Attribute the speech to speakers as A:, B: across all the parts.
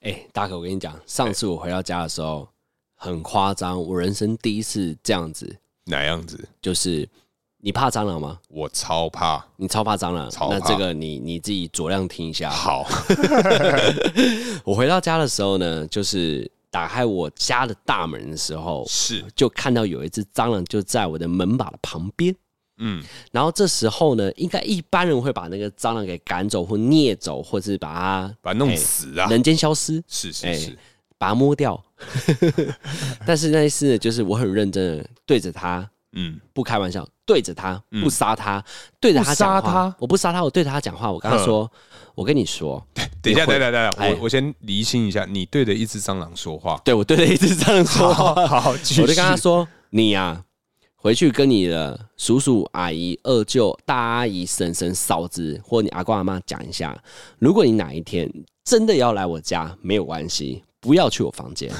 A: 哎、大可，我跟你讲，
B: 哎
A: 上次我回到家的时候很夸张，我人生第一次这样子，
B: 哪样子？
A: 就是你怕蟑螂吗？
B: 我超怕。
A: 你超怕蟑螂，
B: 超
A: 那
B: 怕
A: 这个你你自己酌量听一下。
B: 好，
A: 我回到家的时候呢，就是打开我家的大门的时候，
B: 是，
A: 就看到有一只蟑螂就在我的门把的旁边。
B: 嗯，
A: 然后这时候呢，应该一般人会把那个蟑螂给赶走或捏走，或是把
B: 把它弄死啊
A: 它！人间消失，
B: 是
A: 哎
B: 是是，
A: 把它摸掉。 但是那一次呢，就是我很认真的对着它，
B: 嗯，
A: 不开玩笑，对着它，不杀它，对着它
B: 不杀
A: 讲
B: 嗯
A: 话
B: 它，
A: 我不杀它，我对着它讲话，我跟它说，我跟你说，
B: 等一下，
A: 你会
B: 等一下，等一下，
A: 哎
B: 我我先厘清一下，你对着一只蟑螂 说话，
A: 对我对着一只蟑螂说话，
B: 好， 继续
A: 我就跟他说：“你呀、回去跟你的叔叔、阿姨、二舅、大阿姨、婶婶、嫂子，或你阿公阿妈讲一下，如果你哪一天真的要来我家，没有关系，不要去我房间。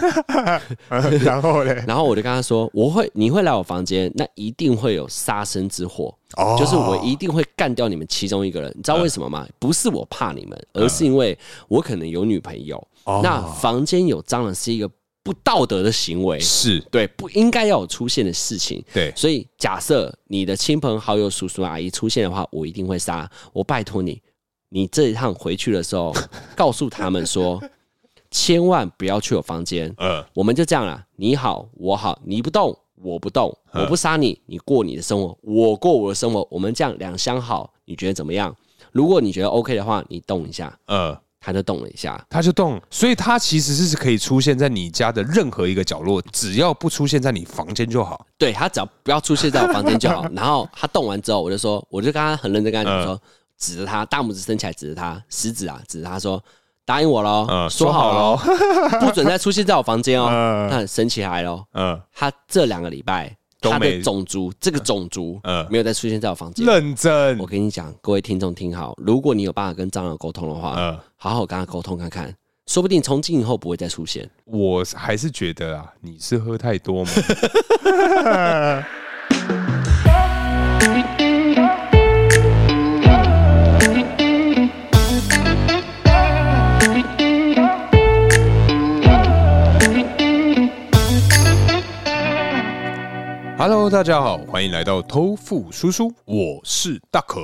B: 然后嘞，
A: 然后我就跟他说：我会，你会来我房间，那一定会有杀身之祸。”
B: 哦 嗯
A: 就是我一定会干掉你们其中一个人，你知道为什么吗？不是我怕你们，而是因为我可能有女朋友。
B: 哦
A: 那房间有蟑螂是一个不道德的行为，
B: 是，
A: 对，不应该要有出现的事情。
B: 对
A: 所以假设你的亲朋好友、叔叔阿姨出现的话，我一定会杀。我拜托你，你这一趟回去的时候，告诉他们说，千万不要去我房间。
B: 呃，
A: 我们就这样啦，你好，我好，你不动，我不动，
B: 嗯
A: 我不杀你，你过你的生活，我过我的生活，我们这样两相好，你觉得怎么样？如果你觉得 OK 的话，你动一下，
B: 呃，
A: 他就动了一下。
B: 它就动，所以它其实是可以出现在你家的任何一个角落，只要不出现在你房间就好。
A: 对他只要不要出现在我房间就 好。然后他动完之后，我就说，我就跟他很认真跟他
B: 嗯
A: 讲说，指着他大拇指伸起来，指着他食指啊，指着他说，答应我喽，
B: 嗯
A: 说好喽， 不准再出现在我房间哦。
B: 嗯
A: 他很生气来喽，
B: 嗯，
A: 他这两个礼拜
B: 都
A: 他的
B: 没
A: 种族这个种族
B: 嗯
A: 没有再出现在我房间。
B: 认真
A: 我，跟你讲，各位听众听好，如果你有办法跟蟑螂沟通的话，
B: 呃，
A: 好好跟他沟通看看，说不定从今以后不会再出现。
B: 我还是觉得啊，你是喝太多吗？Hello，大家好，欢迎来到偷富叔叔，我是大可。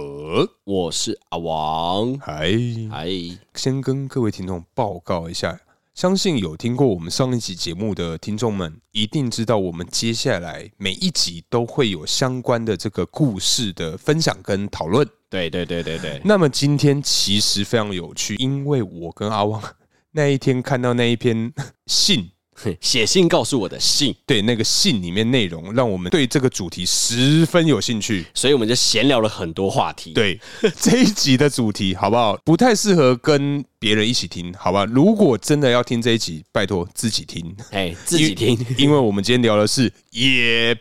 A: 我是阿王，
B: 嗨，
A: 哎。
B: 先跟各位听众报告一下，相信有听过我们上一集节目的听众们，一定知道我们接下来每一集都会有相关的这个故事的分享跟讨论。
A: 对对对对对，
B: 那么今天其实非常有趣，因为我跟阿旺那一天看到那一篇信。
A: 写信告诉我的信，
B: 对那个信里面内容，让我们对这个主题十分有兴趣。
A: 所以我们就闲聊了很多话题。，
B: 对 这一集的主题，好不好？不太适合跟别人一起听，好吧？如果真的要听这一集，拜托自己听，
A: 哎，自己听。
B: 因 因为我们今天聊的是野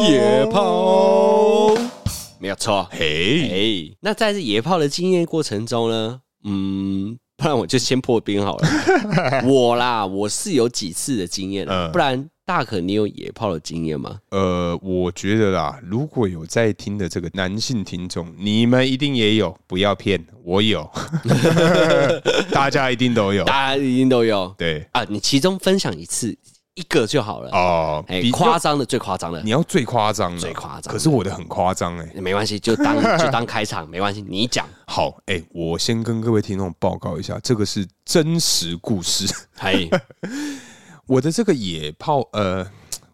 A: 野炮，没有错。
B: 嘿，
A: 哎，那在这野炮的经验过程中呢，嗯，不然我就先破冰好了。我啦，我是有几次的经验啦，
B: 嗯
A: 不然大可你有野炮的经验吗？
B: 呃，我觉得啦，如果有在听的这个男性听众，你们一定也有，不要骗我有， 大家一定 都有，
A: 大家一定都有
B: 对
A: 啊，你其中分享一次一个就好了。
B: 哦，
A: 哎，
B: 比
A: 夸张的最夸张的
B: 你，要最夸张的，
A: 最夸张
B: 可是我的很夸张哎、
A: 没关系，就当 就当开场，没关系，你讲。
B: 好，哎、我先跟各位听众报告一下，这个是真实故事。
A: 嘿，
B: 我的这个野炮，呃，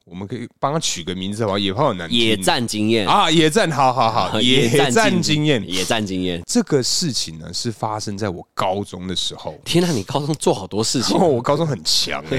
B: 我们可以帮他取个名字好吧？野炮很难听
A: 野战经验
B: 啊，野战，好好好， 哦野战经验。
A: 野战经验。
B: 这个事情呢，是发生在我高中的时候。
A: 天呐，你高中做好多事情
B: 哦，，我高中很强哎、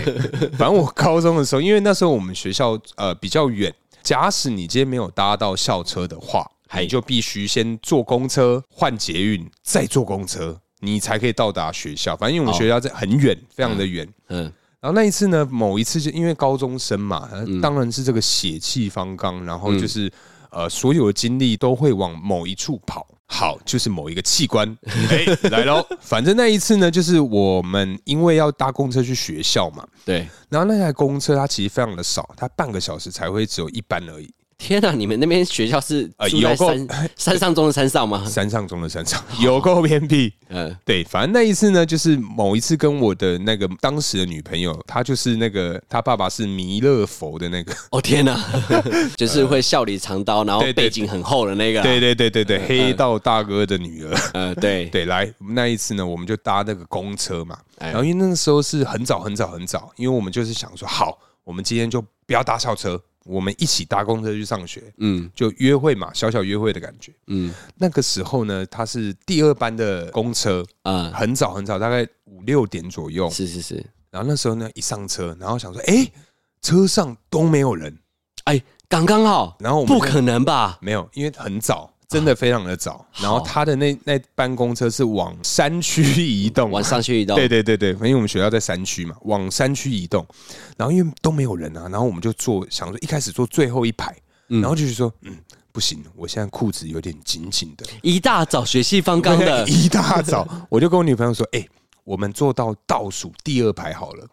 B: 反正我高中的时候，因为那时候我们学校呃比较远，假使你今天没有搭到校车的话，
A: 嗨
B: 你就必须先坐公车换捷运，再坐公车，你才可以到达学校。反正因为我们
A: 哦
B: 学校在很远，非常的远。
A: 嗯，
B: 然后那一次呢，某一次就因为高中生嘛，呃当然是这个血气方刚，然后就是、呃，所有的精力都会往某一处跑。好，就是某一个器官， 哎、来喽。反正那一次呢，就是我们因为要搭公车去学校嘛，
A: 对，
B: 然后那台公车它其实非常的少，它半个小时才会只有一班而已。
A: 天哪、你们那边学校是
B: 呃
A: 住在
B: 有够
A: 山、 山上中的山上吗？
B: 山上中的山上，有够偏僻。
A: 呃，
B: 对，反正那一次呢，就是某一次跟我的那个当时的女朋友，她就是那个她爸爸是弥勒佛的那个，
A: 哦天哪、 就是会笑里藏刀，然后
B: 对对
A: 背景很厚的那个啊、
B: 对对对对对，黑道大哥的女儿。
A: 呃，对，
B: 对，来那一次呢，我们就搭那个公车嘛，
A: 哎
B: 然后因为那个时候是很早很早很早，因为我们就是想说，好，我们今天就不要搭校车，我们一起搭公车去上学，
A: 嗯
B: 就约会嘛，小小约会的感觉。
A: 嗯
B: 那个时候呢，它是第二班的公车，
A: 啊、
B: 很早很早，大概五六点左右。
A: 是是是，
B: 然后那时候呢，一上车，然后想说，哎、车上都没有人，
A: 哎，刚刚好，
B: 然后我们
A: 不
B: 就
A: 可能吧？
B: 没有，因为很早，真的非常的早。
A: 啊
B: 然后他的那那班公车是往山区移动，
A: 晚上去移动，
B: 对对对对，因为我们学校在山区嘛，往山区移动，然后因为都没有人啊，然后我们就坐，想说一开始坐最后一排，然后就是说，嗯，不行，我现在裤子有点紧紧的。
A: 一大早学习方刚 的，
B: 一大早， 我就跟我女朋友说，哎、我们坐到倒数第二排好了。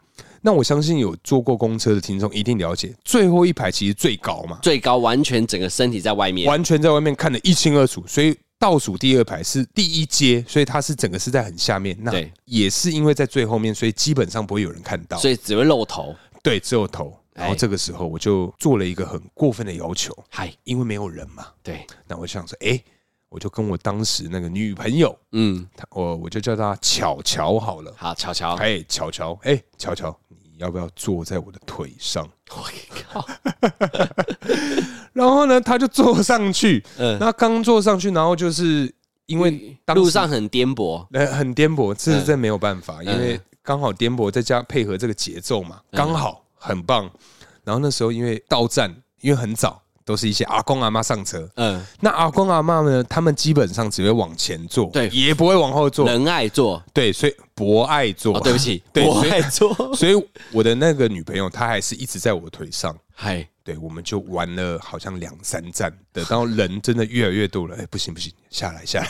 B: 那我相信有坐过公车的听众一定了解，最后一排其实最高嘛，
A: 最高完全整个身体在外面，
B: 完全在外面看得一清二楚，所以。倒数第二排是第一阶，所以它是整个是在很下面。那
A: 对
B: 也是因为在最后面，所以基本上不会有人看到。
A: 所以只会露头。
B: 对，只有头。然后
A: 哎
B: 这个时候我就做了一个很过分的要求，
A: 嗨，
B: 因为没有人嘛。
A: 对，
B: 那我就想说，哎、我就跟我当时那个女朋友，
A: 嗯，
B: 她我我就叫她巧巧好了。
A: 好，巧巧，
B: 哎、巧巧，哎、巧巧，你要不要坐在我的腿上？
A: 我靠，
B: 然后呢，她就坐上去。
A: 嗯
B: 那刚坐上去，然后就是因为当 时
A: 路上很颠簸，
B: 呃很颠簸，这是真没有办法，
A: 嗯
B: 因为刚好颠簸，再加配合这个节奏嘛，刚好很棒。然后那时候因为到站，因为很早，都是一些阿公阿妈上车。
A: 嗯，
B: 那阿公阿妈呢，他们基本上只会往前坐，
A: 对
B: 也不会往后坐，
A: 仁爱座，
B: 对，所以博爱坐、
A: 哦，对不起
B: ，对，
A: 博
B: 所以
A: 爱座，
B: 所以我的那个女朋友她还是一直在我腿上。
A: 嗨，
B: 对，我们就玩了好像两三站，等到人真的越来越多了，哎、不行不行，下来下 来，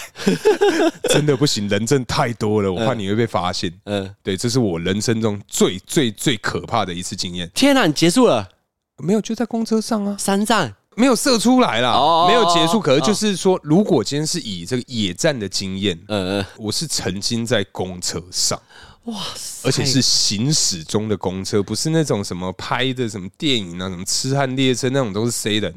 B: 真的不行，人真的太多了，我怕你会被发现。
A: 嗯，
B: 对，这是我人生中最最最可怕的一次经验。
A: 天啊哪，你结束了
B: 没有，就在公车上啊，
A: 三站，
B: 没有射出来啦，
A: 哦
B: 没有结束。可是
A: 哦
B: 就是说，如果今天是以这个野战的经验，
A: 呃，
B: 我是曾经在公车上，
A: 哇塞，
B: 而且是行驶中的公车，不是那种什么拍的什么电影啊，什么《痴汉列车》那种都是 C 的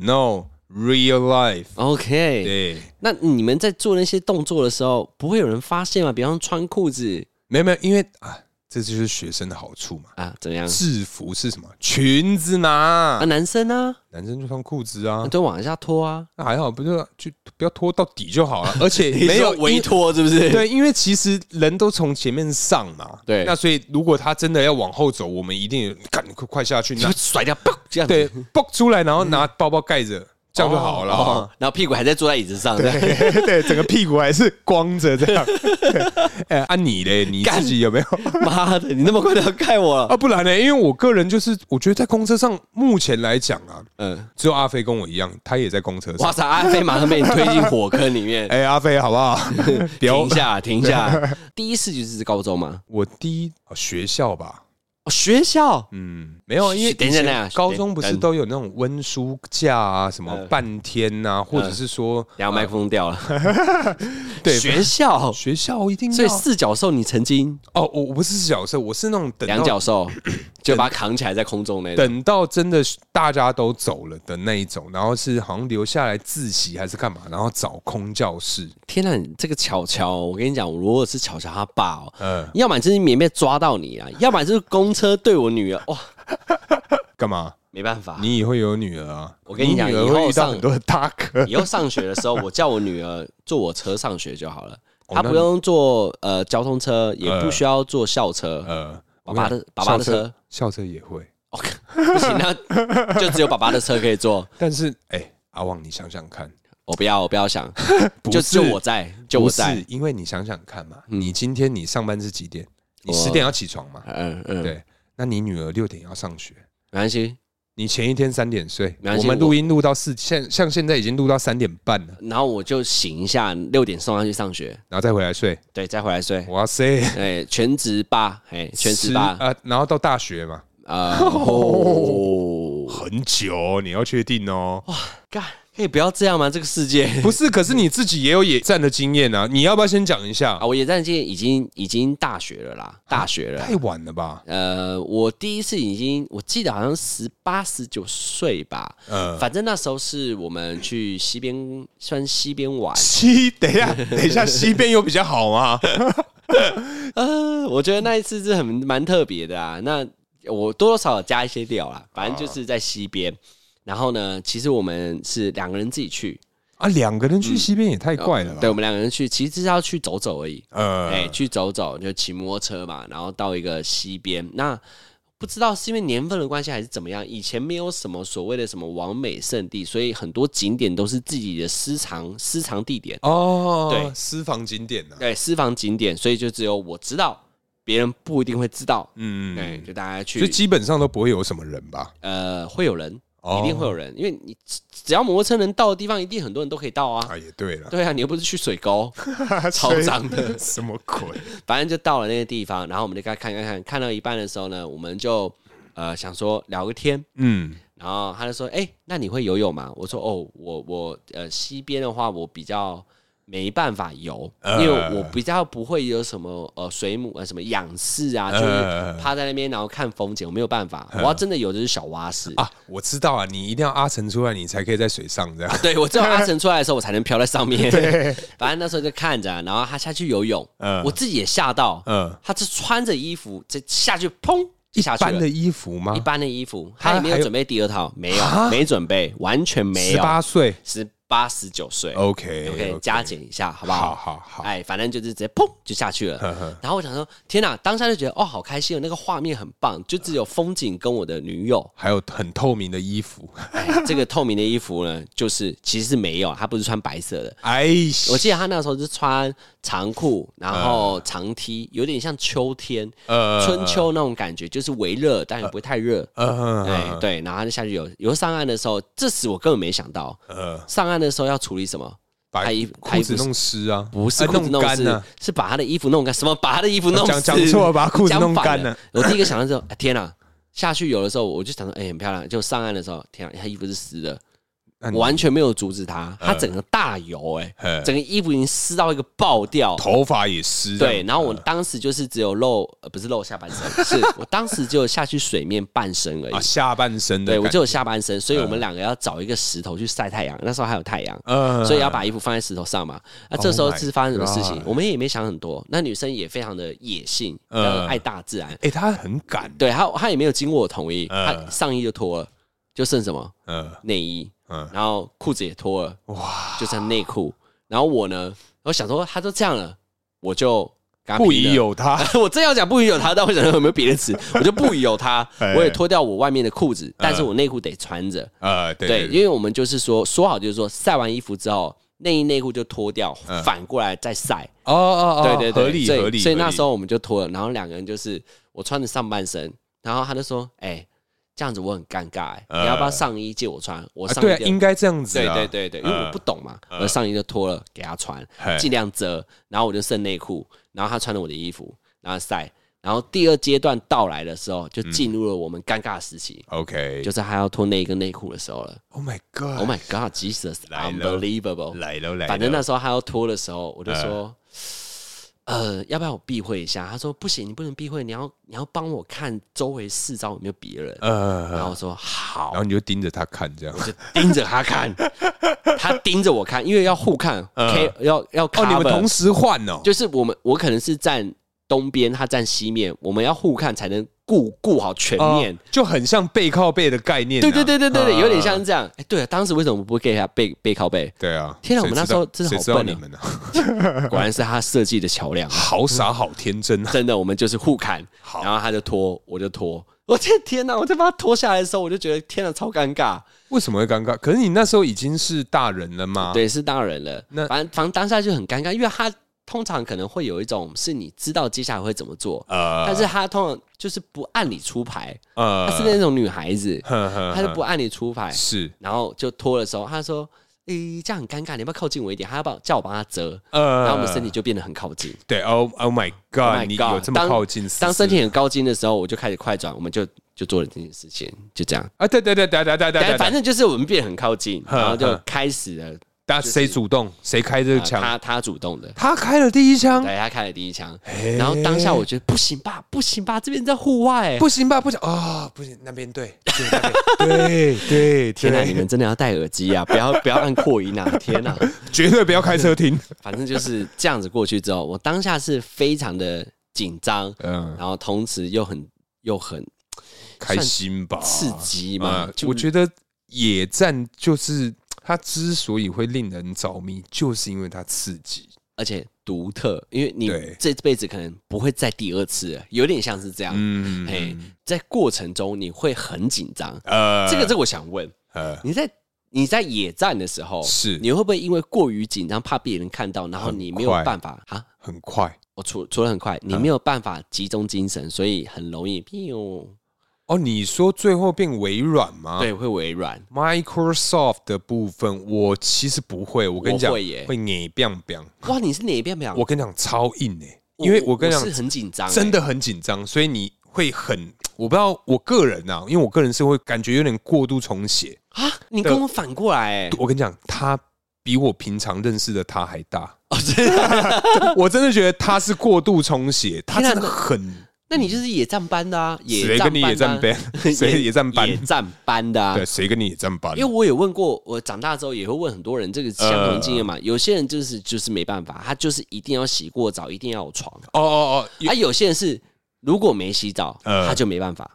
B: ，No，real life。
A: OK。
B: 对，
A: 那你们在做那些动作的时候，不会有人发现吗？比方说穿裤子
B: 没有没有，因为啊，这就是学生的好处嘛。
A: 啊，怎么样？
B: 制服是什么？裙子嘛
A: 啊，，男生呢、
B: 男生就穿裤子啊
A: 啊，，都往下拖啊，
B: 那还好，不就就不要拖到底就好了。 而且没有
A: 委
B: 因
A: 托是不是？
B: 对，因为其实人都从前面上嘛，
A: 对
B: 那所以如果他真的要往后走，我们一定赶快快下去，
A: 就
B: 拿
A: 会甩掉，砰这样子嗯
B: 对，蹦出来，然后拿包包盖着，这样就好了
A: 哦
B: 哦。
A: 哦然后屁股还在坐在椅子上，对，
B: 对 对，整个屁股还是光着这样。 哎，啊你嘞，你自己有没有？
A: 妈的，你那么快就要盖我了？
B: 啊，不然呢？因为我个人就是，我觉得在公车上，目前来讲啊，
A: 嗯，
B: 只有阿飞跟我一样，他也在公车上
A: 哇。塞，阿飞马上被你推进火坑里面。
B: 哎，阿飞，好不好？不要
A: 停下，停 下！第一次就是高中嘛，
B: 我第一哦学校吧，
A: 哦学校
B: 嗯，没有，因为
A: 等一下
B: 以前
A: 等一下
B: 高中不是
A: 等
B: 都有那种温书假啊，什么
A: 嗯
B: 半天呐、或者是说
A: 然后麦克风掉了，
B: 对
A: 学校，
B: 学校一定
A: 所以
B: 要
A: 四角兽你曾经
B: 哦，我我不是角色，我是那种等
A: 两
B: 到
A: 角兽 就把它扛起来在空中那种，
B: 等到真的大家都走了的那一种，然后是好像留下来自习还是干嘛，然后找空教室，
A: 天哪，你这个巧巧，我跟你讲，如果是巧巧他爸哦，
B: 嗯，
A: 要么就是棉被抓到你啊，要么就是公车对我女儿，哇，
B: 干嘛？
A: 没办法，
B: 你以后有女儿啊？
A: 我跟你讲
B: 女儿
A: 以后
B: 会遇到
A: 上
B: 很多的大哥，
A: 以后上学的时候，我叫我女儿坐我车上学就好了，
B: 哦
A: 她
B: 那
A: 不用坐呃交通车，也
B: 呃
A: 不需要坐校车，
B: 呃，
A: 爸爸的
B: 我跟你讲
A: 爸爸的
B: 校
A: 车。
B: 校车也会，
A: 哦，不行，那 就只有爸爸的车可以坐。
B: 但是哎、阿旺，你想想看，
A: 我不要，我不要 想，
B: 不
A: 就是就我在，就我
B: 不是
A: 在。
B: 因为你想想看嘛，
A: 嗯
B: 你今天你上班是几点？你
A: 我
B: 十点要起床嘛？
A: 嗯嗯，
B: 对，那你女儿六点要上学，
A: 没关系。
B: 你前一天三点睡，
A: 没关
B: 我
A: 系
B: 们
A: 我
B: 录音录到四，现像现在已经录到三点半了，
A: 然后我就醒一下，六点送她去上学，
B: 然后再回来睡。
A: 对，再回来睡。
B: 哇塞，
A: 哎，全职爸，哎，全职
B: 哦十
A: 爸，
B: 呃，然后到大学嘛，
A: 啊、哦，
B: 很久，你要确定哦。
A: 干，可以不要这样吗？这个世界
B: 不是，可是你自己也有野战的经验啊，你要不要先讲一下
A: 啊，？我野战经验已经已经大学了啦，大学了。
B: 太晚了吧？
A: 呃，我第一次已经，我记得好像十八、十九岁吧，
B: 呃，
A: 反正那时候是我们去西边，算西边玩。
B: 西，等一下，等一下， 西边有比较好吗？
A: 呃，我觉得那一次是很蛮特别的啊。那我多多少少加一些料啦，反正就是在西边。然后呢，其实我们是两个人自己去，
B: 啊，两个人去西边也太怪了
A: 嗯对，
B: 吧？
A: 我们两个人去，其实是要去走走而已。哎、
B: 呃，
A: 去走走，就骑摩托车嘛，然后到一个西边。那不知道是因为年份的关系还是怎么样，以前没有什么所谓的什么完美圣地，所以很多景点都是自己的私藏私藏地点，
B: 哦，
A: 对
B: 私房景点啊呢？
A: 对，私房景点，所以就只有我知道，别人不一定会知道。
B: 嗯，
A: 对，就大家
B: 所以
A: 哎去，
B: 基本上都不会有什么人吧？
A: 呃，会有人，
B: 哦
A: 一定会有人，因为你只只要摩托车能到的地方，一定很多人都可以到啊。
B: 啊，也对了，
A: 对啊，你又不是去水沟，超
B: 所以
A: 脏的
B: 什么鬼？
A: 反正就到了那个地方，然后我们就该看看看，看到一半的时候呢，我们就呃想说聊个天，
B: 嗯，
A: 然后他就说：“哎、那你会游泳吗？”我说：“哦，我我呃西边的话，我比较没办法游，
B: 呃
A: 因为我比较不会有什么呃水母呃什么仰视啊，
B: 呃
A: 就是趴在那边然后看风景，我没有办法。我要真的有就是小蛙式。
B: 啊，我知道啊，你一定要阿成出来，你才可以在水上这样。
A: 对， 我只有阿成出来的时候，我才能飘在上面。 反正那时候就看着，然后他下去游泳，
B: 呃
A: 我自己也吓到，
B: 嗯，
A: 他是穿着衣服这下去，砰就下去
B: 般
A: 了
B: 的。衣服吗
A: 一？般的衣服，
B: 他
A: 他也没有
B: 还有
A: 准备第二套，没
B: 哈
A: 有，没准备，完全没
B: 十
A: 有。
B: 八岁
A: 十八十九岁
B: ，OK，
A: 加减一下，好不
B: 好
A: 好？
B: 好好，
A: 哎，反正就是直接砰就下去了。然后我想说，天哪！当下就觉得哦，好开心哦，那个画面很棒，就只有风景跟我的女友。
B: 还有很透明的衣服。
A: 哎，这个透明的衣服呢，就是其实是没有，她不是穿白色的。
B: 哎，
A: 我记得她那时候是穿长裤，然
B: 嗯
A: 后长 T，有点像秋天、
B: 呃
A: 春秋那种感觉，就是微热，但
B: 嗯
A: 也不会太热。哎，
B: 呃
A: 对，然后她就下去游游上岸的时候，这时我根本没想到，
B: 呃，
A: 上岸的时候要处理什么？
B: 把
A: 他衣他
B: 裤
A: 衣
B: 子
A: 服
B: 弄湿啊，
A: 不是
B: 啊
A: 裤子弄
B: 干
A: 湿，
B: 呢。
A: 是把他的衣服弄干。什么？把他的衣服弄
B: 讲
A: 湿？
B: 讲错了把他裤子
A: 讲
B: 弄
A: 反
B: 干了。
A: 我第一个想到是，哎天啊！下去游的时候，我就想说，哎、很漂亮。就上岸的时候，天啊，他衣服是湿的，
B: 那你嗯
A: 我完全没有阻止他，他整个大游、哎、
B: 呃
A: 整个衣服已经湿到一个爆掉。
B: 头发也湿。
A: 对，，然后
B: 嗯
A: 我当时就是只有露，呃，不是露下半身， 是我当时就下去水面半身而已。
B: 啊，下半身的
A: 对，
B: 感
A: 我
B: 觉，嗯
A: 只有下半身，所以我们两个要找一个石头去晒太阳。那时候还有太阳，
B: 呃
A: 所以要把衣服放在石头上嘛。那、这时候
B: Oh my
A: 是发生什么事情
B: God
A: 我们也没想很多。那女生也非常的野性，
B: 嗯
A: 呃，爱大自然。
B: 哎，他很敢，
A: 对，她她也没有经过我同意，
B: 嗯
A: 她上衣就脱了，就剩什么
B: 呃
A: 内衣，
B: 嗯
A: 然后裤子也脱了，
B: 哇，
A: 就剩内裤。然后我呢，我想说她都这样了，我就跟她
B: 不
A: 拼了
B: 疑。有他，
A: 我真要讲不疑有他，但我想说有没有别的 词，我就不疑有他
B: 哎。
A: 我也脱掉我外面的裤子，但是我内裤得穿着。
B: 呃，对
A: 对，
B: 对，
A: 因为我们就是说说好，就是说晒完衣服之后，内衣内裤就脱掉，
B: 嗯
A: 反过来再晒。
B: 哦哦哦，
A: 对对对，
B: 合理
A: 所以
B: 合理。
A: 所以那
B: 合理
A: 时候我们就脱了，然后两个人就是我穿着上半身，然后他就说：“哎、这样子我很尴尬、欸，
B: 呃
A: 你要不要上衣借我穿？我
B: 啊
A: 上
B: 对
A: 衣
B: 啊，
A: 就、
B: 应该这样子
A: 对
B: 啊，
A: 对对对，因为
B: 呃
A: 我不懂嘛，我上衣就脱了给他穿
B: 嘿，
A: 尽量遮，然后我就剩内裤，然后他穿了我的衣服，然后晒。”然后第二阶段到来的时候，就进入了我们尴尬时期，
B: OK，
A: 就是他要脱内衣跟内裤的时候了。
B: Oh my God，
A: Oh my God, Jesus,
B: 来了
A: unbelievable！
B: 来了嗯来了，
A: 反正那时候他要脱的时候，我就说，呃，要不要我避讳一下？他说不行，你不能避讳，你要你要帮我看周围四周有没有别人。然
B: 呃，
A: 后我说好
B: 然，后你就盯着他看这样
A: 我。就盯着他 看，他盯着我看，因为要互看，K 要要
B: 嗯哦，你们
A: cover
B: 同时换哦，
A: 就是我们我可能是站东边，他站西面，我们要互看才能顾顾好全
B: 哦
A: 面。
B: 就很像背靠背的概念啊。
A: 对对对对对对，有点
B: 嗯。
A: 像这样。哎，对啊，当时为什么不 get 他背背靠 背？
B: 对啊，
A: 天啊我们
B: 谁
A: 那
B: 知
A: 时候
B: 道
A: 真的
B: 谁
A: 好
B: 知道
A: 笨
B: 你
A: 哦
B: 们呢？。
A: 果然是他设计的桥梁
B: 好
A: 嗯
B: 傻，好天真啊！
A: 真的，我们就是互砍，
B: 好
A: 然后他就拖，我就拖。我天天哪！我在把他拖下来的时候，我就觉得天哪，超尴尬。
B: 为什么会尴尬？可是你那时候已经是大人了吗？，
A: 对，是当然了。
B: 啊那
A: 反正反正当下就很尴尬，因为他通常可能会有一种是你知道接下来会怎么做，
B: 呃
A: 但是他通常就是不按理出牌，
B: 呃嗯
A: 她啊是那种女孩 子，
B: 呵呵
A: 她就不按理出牌，
B: 是
A: 然后就拖的时候，她说：“诶、这样很尴尬，你要不要靠近我一点？”她要帮叫我帮她折，
B: 呃
A: 然后我们身体就变得很靠近。
B: 对，Oh Oh
A: Oh
B: my
A: my
B: God，你有
A: God，
B: 这么
A: 当
B: 靠近？
A: 当
B: 是
A: 身体很高精的时候，我就开始快转，我们就就做了这件事情，就这样。
B: 啊，对对对对对对嗯对，
A: 反
B: 对，
A: 正就是我们变得很靠 近，
B: 呵
A: 然后就
B: 呵
A: 开始了。
B: 但谁主动谁开这个
A: 呃
B: 枪？
A: 他他主动的，
B: 他开了第一枪，哎
A: 对他开了第一 枪，然后当下我觉得不行吧，不行吧，这边在户外，
B: 不行吧？不行啊，不行，那边对，对那 边对对，
A: 天哪、
B: 对
A: 你们真的要戴耳机啊！不要 不要按扩音啊！天哪、
B: 绝对不要开车听。
A: 反正就是这样子过去之后，我当下是非常的紧张，
B: 嗯，
A: 然后同时又很又很
B: 开心吧，
A: 刺激嘛
B: 呃，
A: 就
B: 我觉得野战就是它之所以会令人着迷，就是因为它刺激。
A: 而且独特，因为你
B: 对
A: 这辈子可能不会再第二次了，有点像是这样。
B: 嗯，
A: 嘿，在过程中你会很紧张，
B: 呃，
A: 这个这个我想问，
B: 呃，
A: 你在你在野战的时候，
B: 是
A: 你会不会因为过于紧张，怕别人看到，然后你没有
B: 很快
A: 办法啊？
B: 很快
A: 我除除了很快，你没有办法集中精神，所以很容易，呦
B: 哦。你说最后变微软吗？
A: 对，会微 软。
B: Microsoft 的部分，我其实不会。我跟你讲，
A: 我会耶
B: 会你 biang biang。
A: 哇，你是哪一边没有？
B: 我跟你讲，超硬诶、因为我跟你
A: 哦是
B: 讲，
A: 很紧张欸，
B: 真的很紧张，所以你会很，我不知道，我个人啊，因为我个人是会感觉有点过度重写。
A: 啊！你跟我反过来欸，
B: 我跟你讲，他比我平常认识的他还大，
A: 哦，真的？
B: 我真的觉得他是过度重写，他
A: 天啊
B: 真的很
A: 那你就是野战班的啊，野
B: 谁
A: 战
B: 跟你
A: 班
B: 野
A: 的
B: 战
A: 啊
B: 班， 谁野战班
A: 野，战班的啊
B: 对，。谁跟你野战班
A: 因为？我有问过，我长大之后也会问很多人这个相同经
B: 呃
A: 验嘛。有些人就是就是没办法，他就是一定要洗过澡，一定要有床。
B: 哦哦哦，
A: 啊，有些人是如果没洗澡，
B: 呃
A: 他就没办法。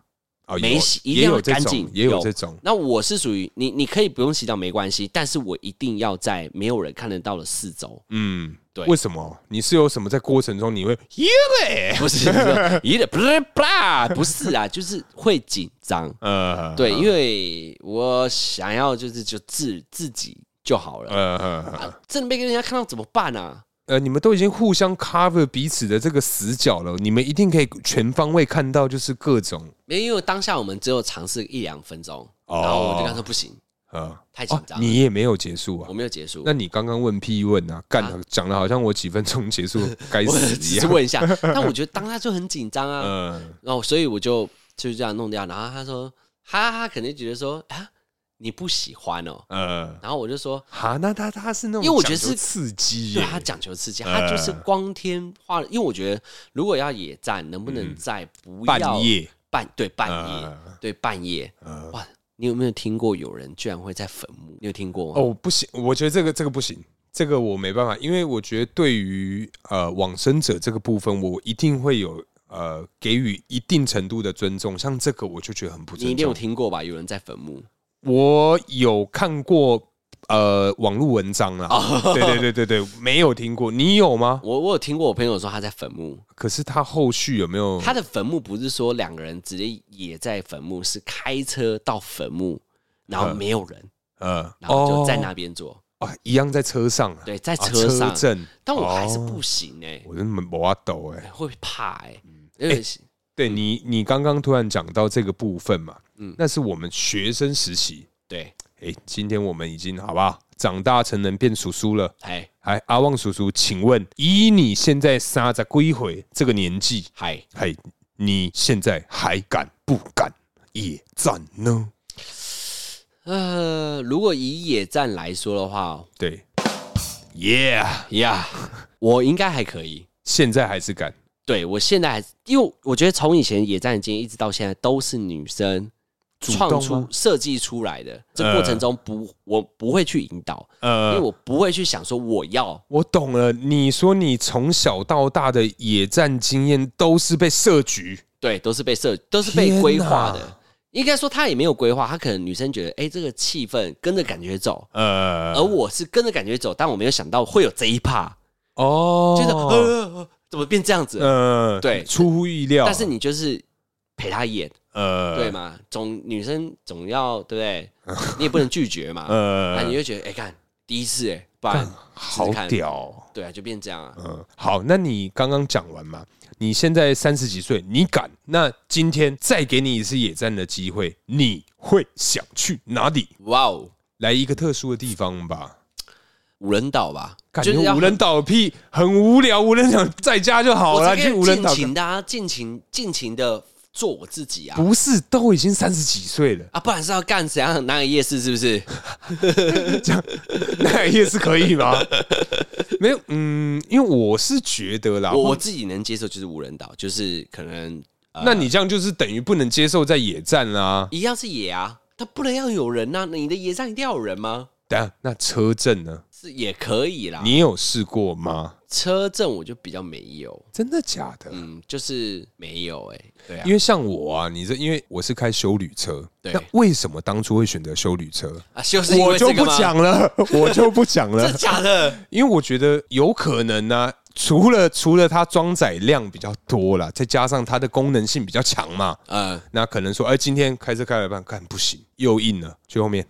B: 哦，
A: 没
B: 有
A: 洗一定
B: 也
A: 要
B: 有这
A: 干
B: 种
A: 净，
B: 也有
A: 有
B: 这种，
A: 那我是属于你，你可以不用洗澡没关系，但是我一定要在没有人看得到的四周，
B: 嗯，
A: 对
B: 为什么？你是有什么在过程中你会耶嘞？
A: 不是说一点不是不啦，不是啊， 就是会紧张。
B: 呃，
A: 对，因为我想要就是就自自己就好了，啊
B: 呃呃
A: 真的被人家看到怎么办啊？
B: 呃，你们都已经互相 cover 彼此的这个死角了，你们一定可以全方位看到，就是各种
A: 没有，因为当下我们只有尝试一两分钟，
B: 哦
A: 然后我就跟他说不行，
B: 呃，
A: 太紧张了
B: 你也没有结束啊
A: 我。没有结束
B: 那。你刚刚问屁问啊，干讲的好像我几分钟 结束，该
A: 我
B: 死一
A: 只是
B: 样。
A: 问一下，但我觉得当下就很紧张 啊。
B: 嗯，
A: 然后所以我就就这样弄掉。然后他说，他他肯定觉得说啊，你不喜欢哦。
B: 呃，
A: 然后我就说，
B: 哈，那他他是那种，
A: 因为我觉得是
B: 刺激
A: 对啊
B: 耶，
A: 他讲求刺激，
B: 呃
A: 他就是光天化日。因为我觉得如果要野战，能不能在不要
B: 嗯半夜，
A: 半对半夜
B: 呃
A: 对半夜
B: 呃，
A: 哇？你有没有听过有人居然会在坟墓？你有听过吗？
B: 哦，不行，我觉得这个这个不行，这个我没办法，因为我觉得对于呃往生者这个部分，我一定会有呃给予一定程度的尊重，像这个我就觉得很不
A: 你一
B: 尊
A: 定有
B: 重。
A: 听过吧？有人在坟墓
B: 我有看过呃网络文章啦，
A: 哦
B: 对对对对对，没有听过，你有吗？
A: 我我有听过我朋友说他在坟墓，
B: 可是他后续有没有？
A: 他的坟墓不是说两个人直接也在坟墓，是开车到坟墓，然
B: 嗯
A: 后没有人，
B: 呃，
A: 然后就在
B: 哦
A: 那边做，
B: 啊，一样在车上啊，
A: 对，在
B: 啊，
A: 车上。
B: 震，
A: 但我还是不
B: 哦，嗯
A: 行哎、
B: 我真的没法抖哎。
A: 会怕哎、因为
B: 对你，你刚刚突然讲到这个部分嘛，嗯，那是我们学生时期，
A: 对，
B: 哎，今天我们已经好不好？长大成人变叔叔了，
A: 嗨
B: 哎，阿旺叔叔，请问以你现在三十归回这个年纪，
A: 嗨，
B: 哎，你现在还敢不敢野战呢？
A: 呃，如果以野战来说的话，
B: 对，Yeah，
A: 呀、我应该还可以。
B: 现在还是敢，
A: 对我现在还是，因为我觉得从以前野战的经验一直到现在，都是女生
B: 主
A: 创
B: 动
A: 出
B: 吗
A: 设计出来的。这过程中不，我不会去引导，因为
B: 呃，
A: 我不会去想说我要
B: 我懂了，你说你从小到大的野战经验都是被设局，
A: 对，都是被设，都是被规划
B: 天
A: 的。应该说他也没有规划，他可能女生觉得，哎、这个气氛跟着感觉走，
B: 呃
A: 而我是跟着感觉走，但我没有想到会有这一趴，
B: 哦，
A: 就是、呃怎么变这样子？
B: 呃，
A: 对
B: 出乎意料，
A: 但是你就是陪他演，
B: 呃，
A: 对？吗？总女生总要对不对？你也不能拒绝嘛。那你
B: 呃，
A: 就觉得，哎、看第一次、哎，不然试
B: 好
A: 试看，
B: 屌哦，
A: 对啊，就变这样啊。
B: 嗯，好，那你刚刚讲完嘛？你现在三十几岁，你敢？那今天再给你一次野战的机会，你会想去哪里？
A: 哇哦，
B: 来一个特殊的地方吧。
A: 无人岛吧，
B: 感
A: 就是
B: 觉
A: 要
B: 无人岛屁很无聊，无人岛在家就好
A: 我
B: 了，
A: 这
B: 去
A: 个
B: 无人
A: 尽
B: 岛。
A: 情的、啊，尽情尽情的做我自己啊。
B: 不是，都已经三十几岁了，
A: 啊，不然是要干怎样？哪个夜市是不是？
B: 那也是可以 吗？没有，嗯，因为我是觉得啦，
A: 我我自己能接受就是无人岛，就是可能呃
B: 那你这样就是等于不能接受在野战啦、
A: 一样是野啊，但不能要有人呐、你的野上一定要有人吗？
B: 等一下，那车震呢？
A: 是也可以啦。
B: 你有试过吗？
A: 车震我就比较没有，
B: 真的假的？
A: 嗯，就是没有哎、对啊
B: 因，为像我啊，你这因为我是开修旅车，
A: 对
B: 那为什么当初会选择修旅车？
A: 啊，就是因
B: 我
A: 为这
B: 就
A: 个吗
B: 不，讲了， 我就不讲
A: 真的，
B: 了
A: 假的？
B: 因为我觉得有可能呢、除了除了它装载量比较多啦，再加上它的功能性比较强嘛，
A: 嗯，
B: 那可能说，哎、今天开车开了一半，看不行，又硬了，去 后面。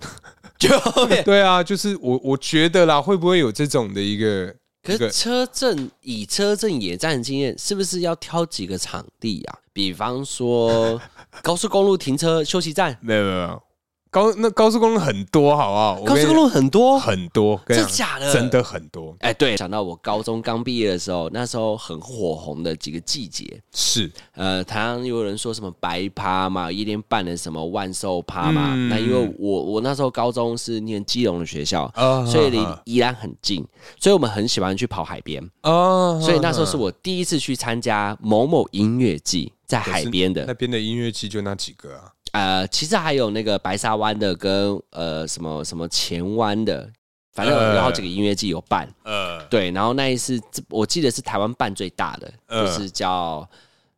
A: 就后面。
B: 对啊，就是我我觉得啦，会不会有这种的一个？
A: 可
B: 一
A: 是
B: 个
A: 车震以车震野战经验，是不是要挑几个场地啊？比方 说高速公路停车休息站，
B: 没有没有没有，高那高速公路很多，好不好？我
A: 高
B: 跟
A: 速
B: 你
A: 公路很多。
B: 很多，跟你讲
A: 真假的
B: 真的很多，
A: 哎，对，想到我高中刚毕业的时候，那时候很火红的几个季节，
B: 是
A: 呃，台上有人说什么白趴嘛，一连办了什么万寿趴嘛。
B: 嗯
A: 那因为我我那时候高中是念基隆的学校，
B: 啊
A: 所以离宜兰很近，所以我们很喜欢去跑海边。
B: 啊
A: 所以那时候是我第一次去参加某某音乐季，在海边
B: 那
A: 的。
B: 边的音乐季就那几个啊，
A: 呃，其实还有那个白沙湾的跟呃什么什么前湾的，反正
B: 呃
A: 有好几个音乐季有办。
B: 呃，
A: 对，然后那一次这我记得是台湾办最大的，
B: 呃
A: 就是叫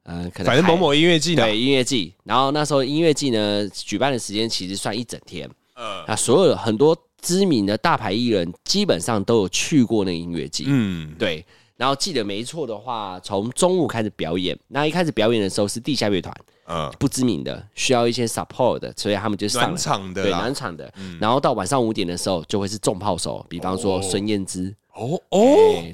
A: 呃可能
B: 反正
A: 海
B: 某某音乐季呢，
A: 对音乐季。然后那时候音乐季呢举办的时间其实算一整天，
B: 呃，
A: 那所有的很多知名的大牌艺人基本上都有去过那个音乐季。
B: 嗯，
A: 对，然后记得没错的话，从中午开始表演。那一开始表演的时候是地下乐团，
B: 呃，
A: 不知名的，需要一些 support 的，所以他们就上
B: 暖
A: 了。
B: 场的
A: 对
B: 啦嗯
A: 暖，场的，然后到晚上五点的时候就会是重炮手，比方说
B: 哦
A: 孙燕姿、
B: 哦
A: 哎
B: 哦，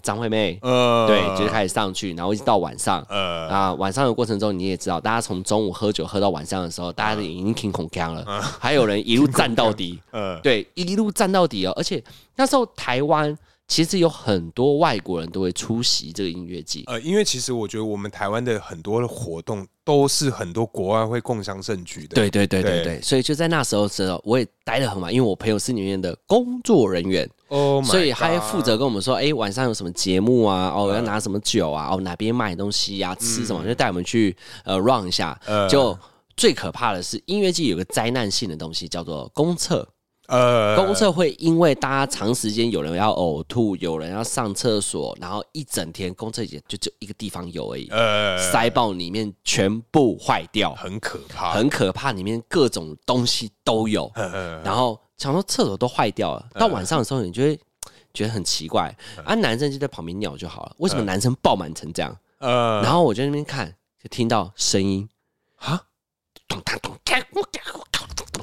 A: 张惠妹，
B: 呃，
A: 对，就是开始上去，然后一直到晚上。
B: 呃，
A: 啊，晚上的过程中你也知道，大家从中午喝酒喝到晚上的时候，大家已经挺恐腔了，
B: 嗯
A: 还有人一路站到 底，
B: 呃，
A: 对，一路站到底哦。而且那时候台湾其实有很多外国人都会出席这个音乐季，
B: 呃，因为其实我觉得我们台湾的很多的活动都是很多国外会共襄盛举的。，
A: 对对对对
B: 对
A: 对，所以就在那时候的时候，我也待得很晚，因为我朋友是里面的工作人员，
B: 哦、
A: 所以他还负责跟我们说，哎，晚上有什么节目啊？
B: 嗯
A: 哦，要拿什么酒啊？哦，哪边卖东西呀、吃什么？就带我们去呃 run 一下。
B: 呃
A: 就最可怕的是，音乐季有个灾难性的东西叫做公厕。
B: 呃
A: 公厕会因为大家长时间有人要呕吐，有人要上厕所，然后一整天公厕也就就一个地方有而已，
B: 呃
A: 塞爆里面全部坏掉，
B: 很可怕，
A: 很可怕，里面各种东西都有。
B: 呃
A: 然后想说厕所都坏掉了，到晚上的时候你就会觉得很奇怪，啊，男生就在旁边尿就好了，为什么男生爆满成这样？
B: 呃
A: 然后我就在那边看，就听到声音，
B: 啊
A: 咚当咚当咚当咚当咚当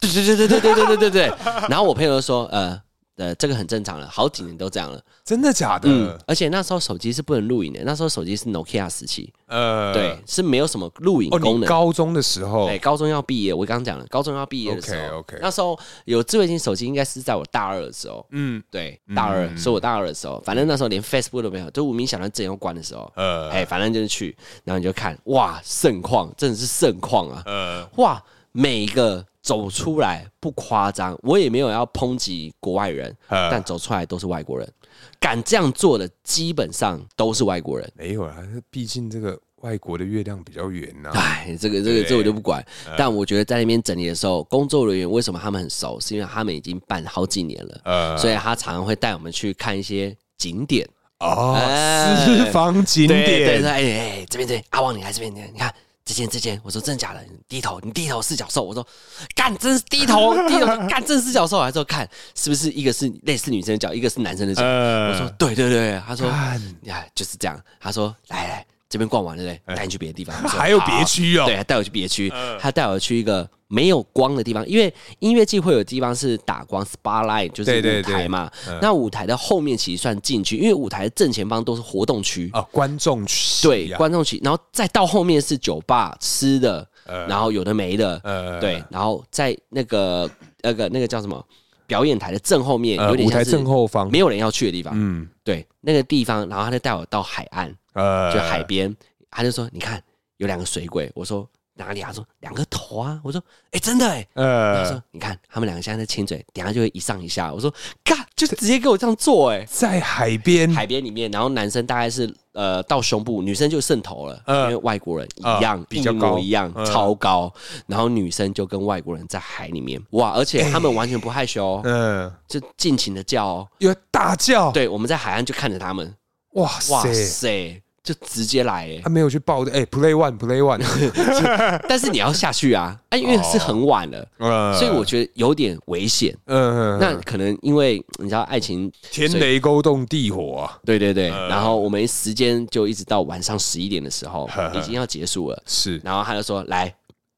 A: 对对对对对对对对对对。然后我朋友就说，呃呃，这个很正常了，好几年都这样了。
B: 真的假的？
A: 嗯，而且那时候手机是不能录影的，那时候手机是 Nokia 时期，
B: 呃，
A: 对，是没有什么录影
B: 哦，
A: 功
B: 你
A: 能。
B: 高中的时候
A: 对，哎高中要毕业，我刚刚讲了，高中要毕业的时候
B: 哦 OK，OK
A: 那时候有智慧型手机，应该是在我大二的时候。
B: 嗯
A: 对，大二是我大二的时候，反正那时候连 Facebook 都没有，就无名小站正要关的时候，
B: 呃
A: 哎，反正就是去，然后你就看，哇，盛况，真的是盛况啊！
B: 呃
A: 哇，每一个走出来不夸张，我也没有要抨击国外人，
B: 呃
A: 但走出来都是外国人，敢这样做的基本上都是外国人。
B: 没有啊，毕竟这个外国的月亮比较圆呐、
A: 哎，这个这个这我就不管，
B: 嗯
A: 但我觉得在那边整理的时候，工作人员为什么他们很熟，是因为他们已经办好几年了，
B: 呃
A: 所以他常常会带我们去看一些景点。
B: 哦，
A: 哎
B: 私房景
A: 对对
B: 点
A: 对，哎、哎这边这边，阿旺你来这边，你看你看这件这件，我说真的假的？你低头，你低头四角兽，我说干，真是低 头低头干，真是四角兽，还说看是不是一个是类似女生的脚，一个是男生的脚？
B: 呃
A: 我说对对对，他说
B: 干
A: 呀就是这样，他说来来这边逛完对不对？带你去别的地方，我说
B: 嗯 还有
A: 好
B: 别区哦，
A: 对，还带我去别区，
B: 嗯
A: 他带我去一个没有光的地方，因为音乐季会有地方是打光 spotlight，就是
B: 对对
A: 舞台嘛。
B: 嗯
A: 那舞台的后面其实算进去，因为舞台的正前方都是活动区，
B: 啊，观众啊区
A: 对，
B: 呀
A: 观众席，然后再到后面是酒吧、吃的，
B: 嗯
A: 然后有的没的，
B: 呃
A: 对，然后在那个那个那个叫什么表演台的正后面，
B: 呃
A: 有点
B: 舞
A: 像
B: 台
A: 是
B: 正后方
A: 没有人要去的地方，
B: 嗯
A: 对，那个地方，然后他就带我到海岸，
B: 呃
A: 就海边，他就说你看有两个水鬼，我说哪里啊？他说两个头啊。我说哎、真的哎、他
B: 呃，
A: 说你看他们两个现在在亲嘴，等一下就会一上一下。我说嘎，就直接给我这样做哎、
B: 在海边，
A: 海边里面，然后男生大概是呃到胸部，女生就渗头了，
B: 嗯
A: 因为外国人一
B: 啊
A: 样、
B: 比较
A: 一模
B: 高
A: 一样、
B: 嗯
A: 超高，然后女生就跟外国人在海里面哇，而且他们完全不害羞哦，
B: 嗯，
A: 就尽情的叫哦。
B: 有大叫，
A: 对，我们在海岸就看着他们，
B: 哇
A: 哇
B: 塞，
A: 塞，就直接来哎、
B: 他没有去报的，哎，play one，play one，
A: 但是你要下去啊，啊，因为是很晚了，
B: 呃
A: 所以我觉得有点危险。
B: 嗯，
A: 那可能因为你知道爱情
B: 天雷勾动地火啊，
A: 对对对，然后我们时间就一直到晚上十一点的时候
B: 呵，呵
A: 已经要结束了。
B: 是
A: 然后他就说：“来，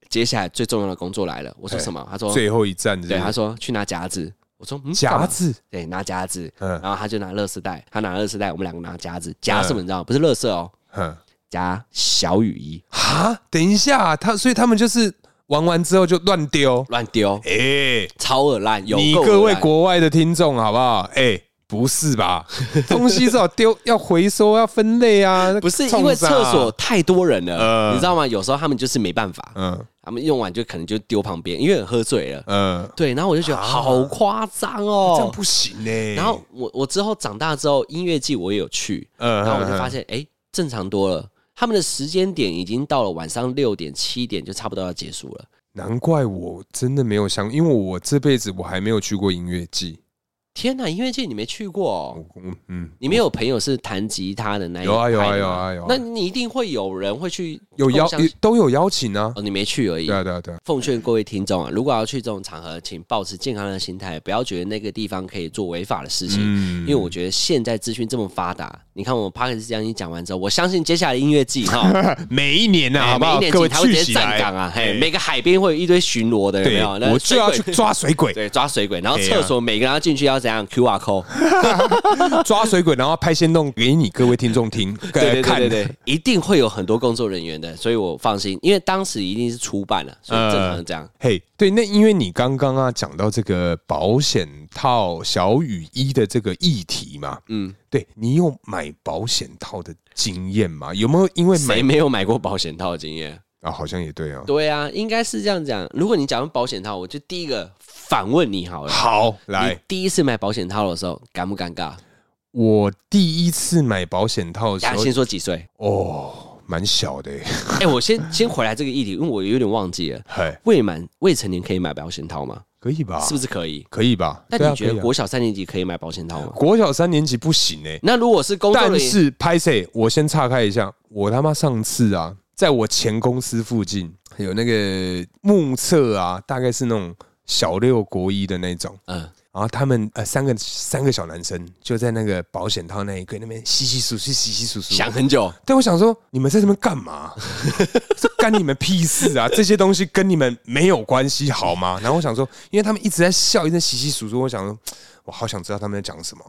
A: 接下来最重要的工作来了。”我说：“什么？”他说：“
B: 最后一站，
A: 对。”他说：“去拿夹子。”我说：“嗯，干
B: 夹
A: 嘛
B: 子，
A: 对，拿夹子。”
B: 嗯
A: 然后他就拿乐圾袋，他拿乐圾袋，我们两个拿夹子。夹什么？你知道吗？不是乐色哦，
B: 嗯，
A: 夹小雨衣，
B: 哈，等一下，他所以他们就是玩完之后就乱丢，
A: 乱丢，
B: 哎，
A: 超恶烂，有
B: 你
A: 够恶
B: 各位
A: 烂
B: 国外的听众好不好？哎。不是 吧？东西至少丢要回收，要分类啊！
A: 不是
B: 冲
A: 因为
B: 啥
A: 厕所，太多人了，
B: 呃
A: 你知道吗？有时候他们就是没办法，
B: 嗯
A: 他们用完就可能就丢旁边，因为喝醉了。
B: 嗯，
A: 对，然后我就觉得好夸张
B: 这样
A: 哦。
B: 不行欸呢。
A: 然后我我之后长大之后，音乐季我也有去，
B: 嗯，嗯，
A: 然后我就发
B: 现
A: 现，哎，正常多了。他们的时间点已经到了晚上六点七点，就差不多要结束了。
B: 难怪我真的没有想，因为我这辈子我还没有去过音乐季。
A: 天哪，音乐季你没去过哦？
B: 我嗯嗯，
A: 你没有朋友是弹吉他的那一
B: 有啊有啊
A: 派的吗
B: 有啊有啊
A: 那你一定会有人会去
B: 有邀
A: 共享
B: 都有邀请啊。
A: 哦，你没去而已
B: 对。啊对啊对啊，
A: 奉劝各位听众啊，如果要去这种场合，请保持健康的心态，不要觉得那个地方可以做违法的事情。
B: 嗯
A: 因为我觉得现在资讯这么发达，你看我们 p a r k 这样一讲完之后，我相信接下来的音乐季 哈，
B: 每一年呐，
A: 哎
B: 好不
A: 每一
B: 好？
A: 年
B: 各
A: 季
B: 位
A: 他会
B: 聚
A: 直
B: 起
A: 接站
B: 来
A: 岗啊，嘿，
B: 哎
A: 每个海边会有一堆巡逻的，有没
B: 对，
A: 有？那
B: 我就要
A: 水
B: 去
A: 鬼
B: 抓水鬼，
A: 对抓水鬼，然后
B: 哎呀
A: 厕所每个人要进去要怎样 QR code，
B: 抓水鬼，然后拍先弄给你各位听众听，
A: 对对
B: 看
A: 对对对，一定会有很多工作人员的，所以我放心，因为当时一定是初办了，所以正常是这样。
B: 嘿，对，那因为你刚刚啊讲到这个保险套小雨衣的这个议题嘛，
A: 嗯，
B: 对你有买保险套的经验吗？有没有因为
A: 谁
B: 买
A: 没有买过保险套的经验？
B: 啊？好像也 对啊。
A: 对啊，应该是这样讲。如果你讲到保险套，我就第一个反问你好了。
B: 好，
A: 你
B: 来，
A: 第一次买保险套的时候，尴不尴尬？
B: 我第一次买保险套的时
A: 大家
B: 候，
A: 先说几岁？
B: 哦，蛮小的耶，
A: 哎、我先先回来这个议题，因为我有点忘记了。
B: 嘿，
A: 未满未成年可以买保险套吗？
B: 可以吧？
A: 是不是可以？
B: 可以吧？
A: 那
B: 对啊
A: 你觉
B: 可以
A: 得
B: 啊
A: 国小三年级啊可以买保险套吗？
B: 国小三年级不行哎，
A: 那如果是工作人
B: 但
A: 员，
B: 是拍谁？我先岔开一下，我他妈上次啊，在我前公司附近有那个目测啊，大概是那种小六国一的那种，
A: 嗯、
B: 然后他们呃三个三个小男生就在那个保险套那一柜那边稀稀疏疏稀稀疏疏。
A: 想很久，
B: 但我想说，你们在这边干嘛？ 这干你们屁事啊！这些东西跟你们没有关系，好吗？然后我想说，因为他们一直在笑，一直在稀稀疏疏，我想说，我好想知道他们在讲什么，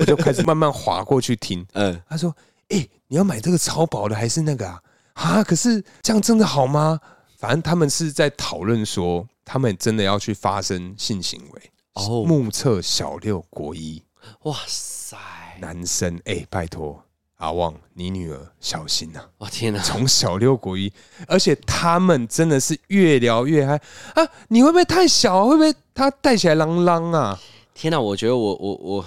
B: 我就开始慢慢划过去听。
A: 嗯、
B: 他说：“哎、你要买这个超薄的还是那个啊？啊，可是这样真的好吗？”反正他们是在讨论说，他们真的要去发生性行为。
A: 哦
B: 目测小六国一
A: 哇塞，
B: 男生，哎、拜托阿旺，你女儿小心呐、
A: 我天哪！
B: 从小六国一，而且他们真的是越聊越嗨啊！你会不会太小啊？会不会他戴起来啷啷啊？
A: 天哪！我觉得我我 我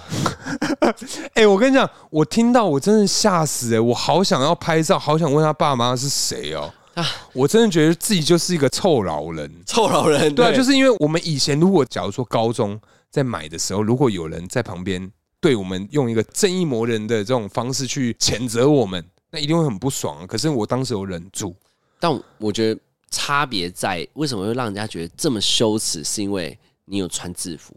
B: 哎、我跟你讲，我听到我真的吓死哎、我好想要拍照，好想问他爸妈是谁哦、
A: 啊
B: 我真的觉得自己就是一个臭老人。
A: 臭老人，
B: 对啊，就是是因为我们以前如果假如说高中在买的时候，如果有人在旁边对我们用一个正义魔人的这种方式去谴责我们，那一定会很不爽啊、可是我当时有忍住，
A: 但我觉得差别在为什么会让人家觉得这么羞耻，是因为你有穿制服，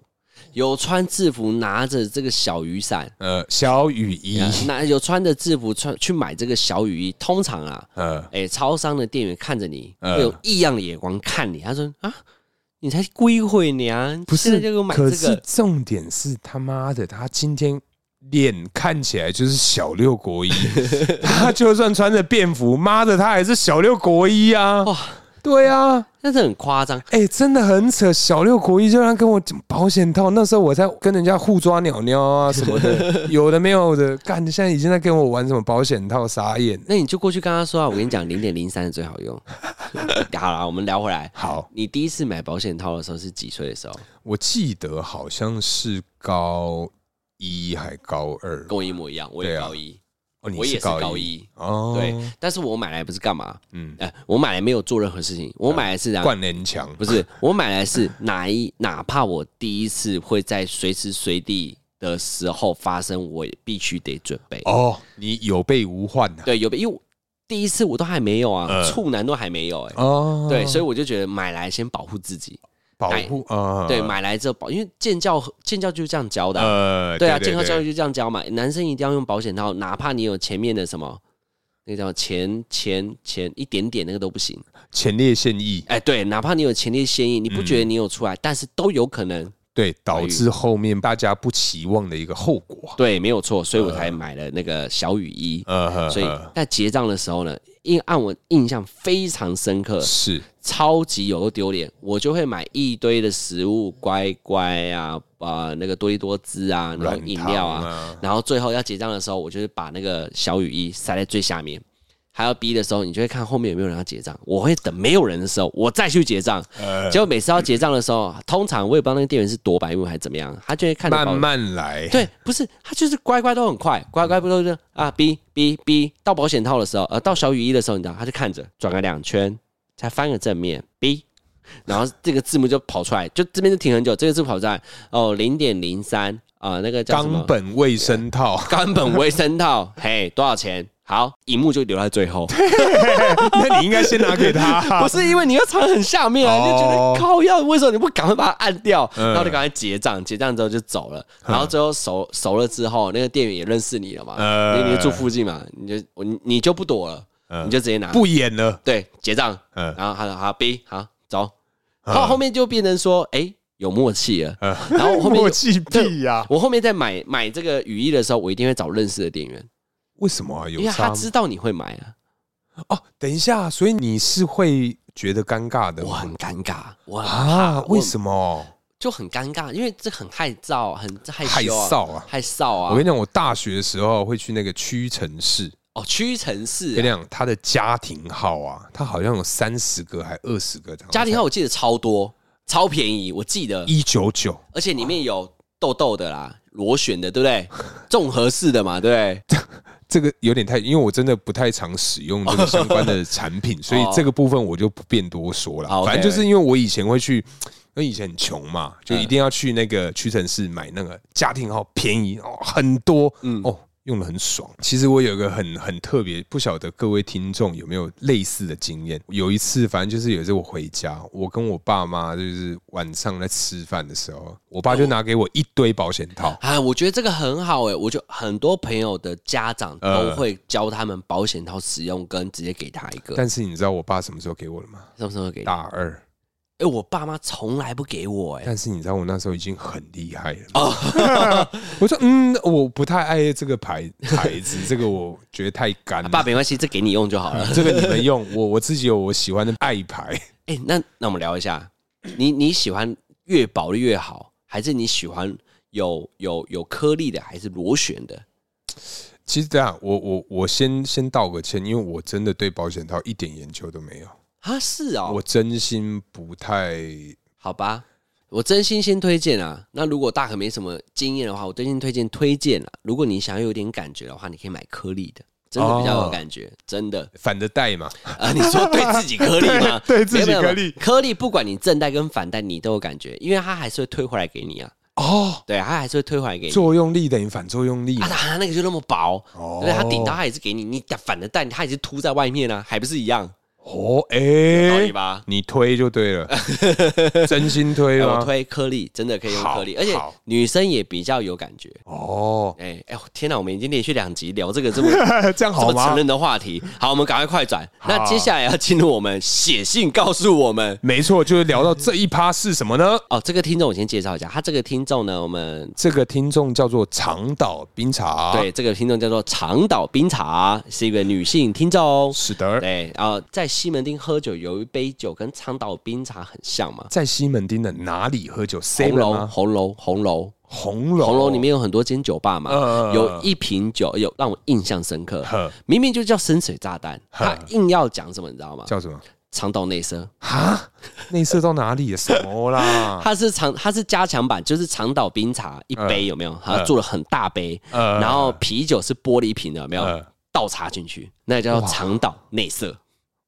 A: 有穿制服拿着这个小雨伞，
B: 呃，小雨衣，
A: 那有穿着制服穿去买这个小雨衣，通常啊，
B: 呃，
A: 哎、超商的店员看着你，
B: 嗯
A: 会有异样的眼光看你，他说啊，你才鬼混娘，
B: 不
A: 现
B: 是
A: 在就给我，买
B: 可
A: 这
B: 是
A: 个。
B: 重点是他妈的，他今天脸看起来就是小六国一， 他就算穿着便服，妈的，他还是小六国一啊！
A: 哇
B: 对啊，
A: 但是很夸张，
B: 哎、真的很扯，小六国一就让跟我讲保险套，那时候我在跟人家互抓鸟鸟啊什 么的，有的没有的，干，现在已经在跟我玩什么保险套，傻眼。
A: 那你就过去跟他说啊，我跟你讲，零点零三最好用。 好啦，我们聊回来。
B: 好，
A: 你第一次买保险套的时候是几岁的时候？
B: 我记得好像是高一还高二，
A: 跟我一模一样，我也
B: 对啊
A: 高一，
B: 哦，你
A: 我也是高
B: 高
A: 一
B: 哦，
A: 对，，但是我买来不是干嘛？
B: 嗯，
A: 哎、我买来没有做任何事情，我买来是啊，
B: 灌篮墙
A: 不是我买来是哪一，哪怕我第一次会在随时随地的时候发生，我也必须得准备。
B: 哦，你有备无患呐、
A: 对，有因为我第一次我都还没有啊，
B: 呃
A: 处男都还没有哎、
B: 哦，
A: 对，所以我就觉得买来先保护自己，
B: 保护啊，
A: 对，买来之后保，因为建教建教就是这样教的啊、
B: 呃，
A: 对啊，健康教
B: 育
A: 育就这样教嘛，男生一定要用保险套，哪怕你有前面的什么，那叫前前前一点点那个都不行。
B: 前列腺液，
A: 哎，对，哪怕你有前列腺液，你不觉得你有出来，但是都有可能，
B: 对，导致后面大家不期望的一个后果。
A: 对，没有错，所以我才买了那个小雨衣。
B: 呃，呵
A: 所以
B: 呵
A: 在结账的时候呢，因按我印象非常深刻，
B: 是
A: 超级有够丢脸，我就会买一堆的食物，乖乖啊，啊、那个多利多滋啊，然后
B: 软
A: 饮
B: 糖
A: 料啊，
B: 啊，
A: 然后最后要结账的时候，我就是把那个小雨衣塞在最下面。还要逼的时候，你就会看后面有没有人要结账。我会等没有人的时候，我再去结账。
B: 呃，
A: 结果每次要结账的时候，通常我也不知道那个店员是多白目还是怎么样，他就会看着保
B: 慢慢 来，
A: 对，不是他就是乖乖都很快，乖乖不都是啊哔哔哔到保险套的时候，呃到小雨衣的时候，你知道他就看着转个两圈，才翻个正面哔， 然后这个字幕就跑出来，就这边就停很久，这个字跑出来哦零点零三啊那个叫什
B: 冈
A: 么，
B: 本卫生套
A: 冈本卫生套，嘿多少钱？好，荧幕就留在最后，
B: 那你应该先拿给他
A: 不。是因为你要藏很下面啊，你就觉
B: 哦
A: 得靠要为什么你不赶快把它按掉？
B: 嗯
A: 然后就赶快结账，结账之后就走了。然后最后熟熟了之后，那个店员也认识你了嘛，
B: 呃
A: 因为你就住附近嘛，你就我你你就不躲了，
B: 嗯
A: 你就直接拿
B: 不演了，
A: 对结账，
B: 嗯
A: 然后他说好 B 好走，
B: 嗯
A: 后后面就变成说哎有默契了，
B: 呃
A: 然后后面有
B: 默契屁呀！
A: 我后面在买买这个雨衣的时候，我一定会找认识的店员，
B: 为什么啊？有
A: 因为他
B: 差吗
A: 知道你会买啊，
B: 哦？等一下，所以你是会觉得尴尬的
A: 我很尴尬，我很
B: 啊？为什
A: 么
B: 么？
A: 就很尴尬？因为这很害臊，很害
B: 害
A: 羞啊。
B: 臊啊！
A: 害臊啊！
B: 我跟你讲，我大学的时候会去那个屈臣氏，
A: 哦，屈臣氏
B: 跟你
A: 啊、
B: 讲，他的家庭号啊，他好像有三十个还二十个这样。
A: 家庭号我记得超多，超便宜，我记得，
B: 一九九，
A: 而且里面有痘痘的啦，螺旋的，对不 对？综合式的嘛，对不对？
B: 这个有点太，因为我真的不太常使用这个相关的产 品，所以这个部分我就不便多说了
A: 哦好。，OK
B: 反正就是因为我以前会去，因为以前很穷嘛，就
A: 嗯
B: 一定要去那个屈臣氏买那个家庭号，便宜哦，很多，嗯哦。用的很爽。其实我有一个很很特别，不晓得各位听众有没有类似的经验。有一次，反正就是有一次我回家，我跟我爸妈就是晚上在吃饭的时候，我
A: 哦
B: 爸就拿给我一堆保险套。
A: 啊，我觉得这个很好哎、我就很多朋友的家长
B: 嗯
A: 都会教他们保险套使用，跟直接给他一个，
B: 但是你知道我爸什么时候给我的吗？
A: 什么时候给？哎、
B: 大二。
A: 我爸妈从来不给我哎、
B: 但是你知道我那时候已经很厉害了，
A: 哦，
B: 我说嗯，我不太爱这个牌牌子，这个我觉得太干
A: 啊爸
B: 了。
A: 没关系，这给你用就好了。
B: 这个你们用，我我自己有我喜欢的爱牌。
A: 哎、那那我们聊一下，你你喜欢越薄的越好，还是你喜欢有有有颗粒的，还是螺旋的？
B: 其实这样，我我我先先道个歉，因为我真的对保险套一点研究都没有，
A: 啊，是哦，
B: 我真心不太
A: 好吧，我真心先推荐啊。那如果大可没什么经验的话，我真心推荐推荐啊。如果你想要有点感觉的话，你可以买颗粒的，真的比较有
B: 哦
A: 感觉，真的
B: 反着戴嘛。
A: 啊。你说对自己颗粒吗？
B: 对对自己
A: 没有没有
B: 颗粒
A: 颗粒不管你正带跟反带，你都有感觉，因为它还是会推回来给你啊。
B: 哦，
A: 对，它还是会推回来给你。
B: 作用力等于反作用力
A: 啊，
B: 嘛。
A: 它那个就那么薄，
B: 哦
A: 对，它顶到它也是给你，你反的蛋它也是凸在外面啊，还不是一样
B: 哦，
A: 道
B: 哎
A: 理，吧？
B: 你推就对 了，真心推
A: 哎我
B: 吗？
A: 推颗粒，真的可以用颗粒，
B: 啊好
A: 而且
B: 好
A: 女生也比较有感觉。
B: 哦，
A: 哎、哎呦，天哪！我们已经连续两集聊这个这么
B: 这
A: 这
B: 样 好
A: 么
B: 吗
A: 成？人的话题，好，我们赶快快转。
B: 好
A: 那接下来要进入我们写信告诉我们
B: 没错，就是聊到这一趴是什么呢？
A: 哦。这个听众我先介绍一下，他这个听众呢，我们
B: 这个听众叫做长岛冰茶，，
A: 对这个听众叫做长岛冰茶，是一个女性听众。
B: 是的，
A: 对，然后在西门町喝酒有一杯酒跟苍岛冰茶很像嘛，
B: 在西门町的哪里喝酒？seven
A: 红楼
B: 吗？
A: 红楼红楼
B: 红楼，
A: 红楼里面有很多间酒吧嘛，
B: 呃
A: 有一瓶酒有让我印象深刻，
B: 呵
A: 明明就叫深水炸弹，
B: 呵
A: 他硬要讲什么你知道吗？
B: 嗯叫嗯什么？
A: 长岛内射，
B: 哈，内射到哪里了？什 么啦？
A: 它是长它是加强版，就是长岛冰茶
B: 嗯
A: 一杯有没有？它做了很大杯，
B: 呃
A: 然后啤酒是玻璃瓶的，有没有
B: 呃？
A: 倒插进去，那也叫
B: 哇
A: 长岛内射。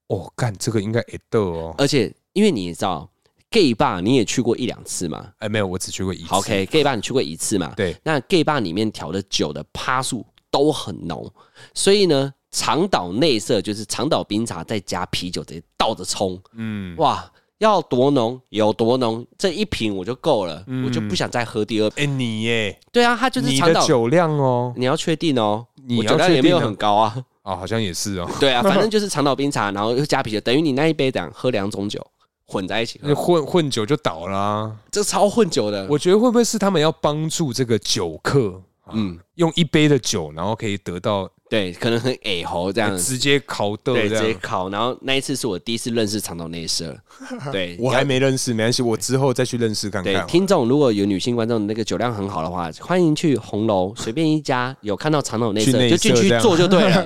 B: 哦，干这个应该也得哦。
A: 而且因为你也知道，gay bar 你也去过一两次嘛
B: 哎，没有，我只去过一次。
A: ，OK，gay bar 你去过一次嘛？
B: 对，
A: 那 gay bar 里面调的酒的趴数都很浓，所以呢，长岛内射就是长岛冰茶再加啤酒直接倒着冲，
B: 嗯，
A: 哇，要多浓有多浓，这一瓶我就够了，
B: 嗯
A: 我就不想再喝第二瓶。
B: 哎，你耶，
A: 对啊，它就是
B: 你
A: 长
B: 的
A: 岛，
B: 酒量哦，
A: 你要确定哦，
B: 你
A: 我
B: 要
A: 酒量
B: 确
A: 也没有
B: 定啊
A: 很高 啊。
B: 哦，好像也是 哦，
A: 对啊，反正就是长岛冰茶，然后又加啤酒，等于你那一杯等喝两种酒混在一 起
B: 那
A: 喝，
B: 混混酒就倒啦、
A: 这超混酒的。
B: 我觉得会不会是他们要帮助这个酒客？嗯
A: 嗯，
B: 用一杯的酒，然后可以得到
A: 对，可能很矮猴这样，
B: 直接烤
A: 嗯
B: 豆
A: 对，
B: 这
A: 直接
B: 样。
A: 烤。然后那一次是我第一次认识长岛内 射，对，
B: 我还没认识，没关系，我之后再去认识看
A: 对，
B: 看。
A: 听众如果有女性观众，那个酒量很好的话，欢迎去红楼随便一家有看到长岛内
B: 去内
A: 射就进
B: 射
A: 去
B: 这样
A: 做就对 了，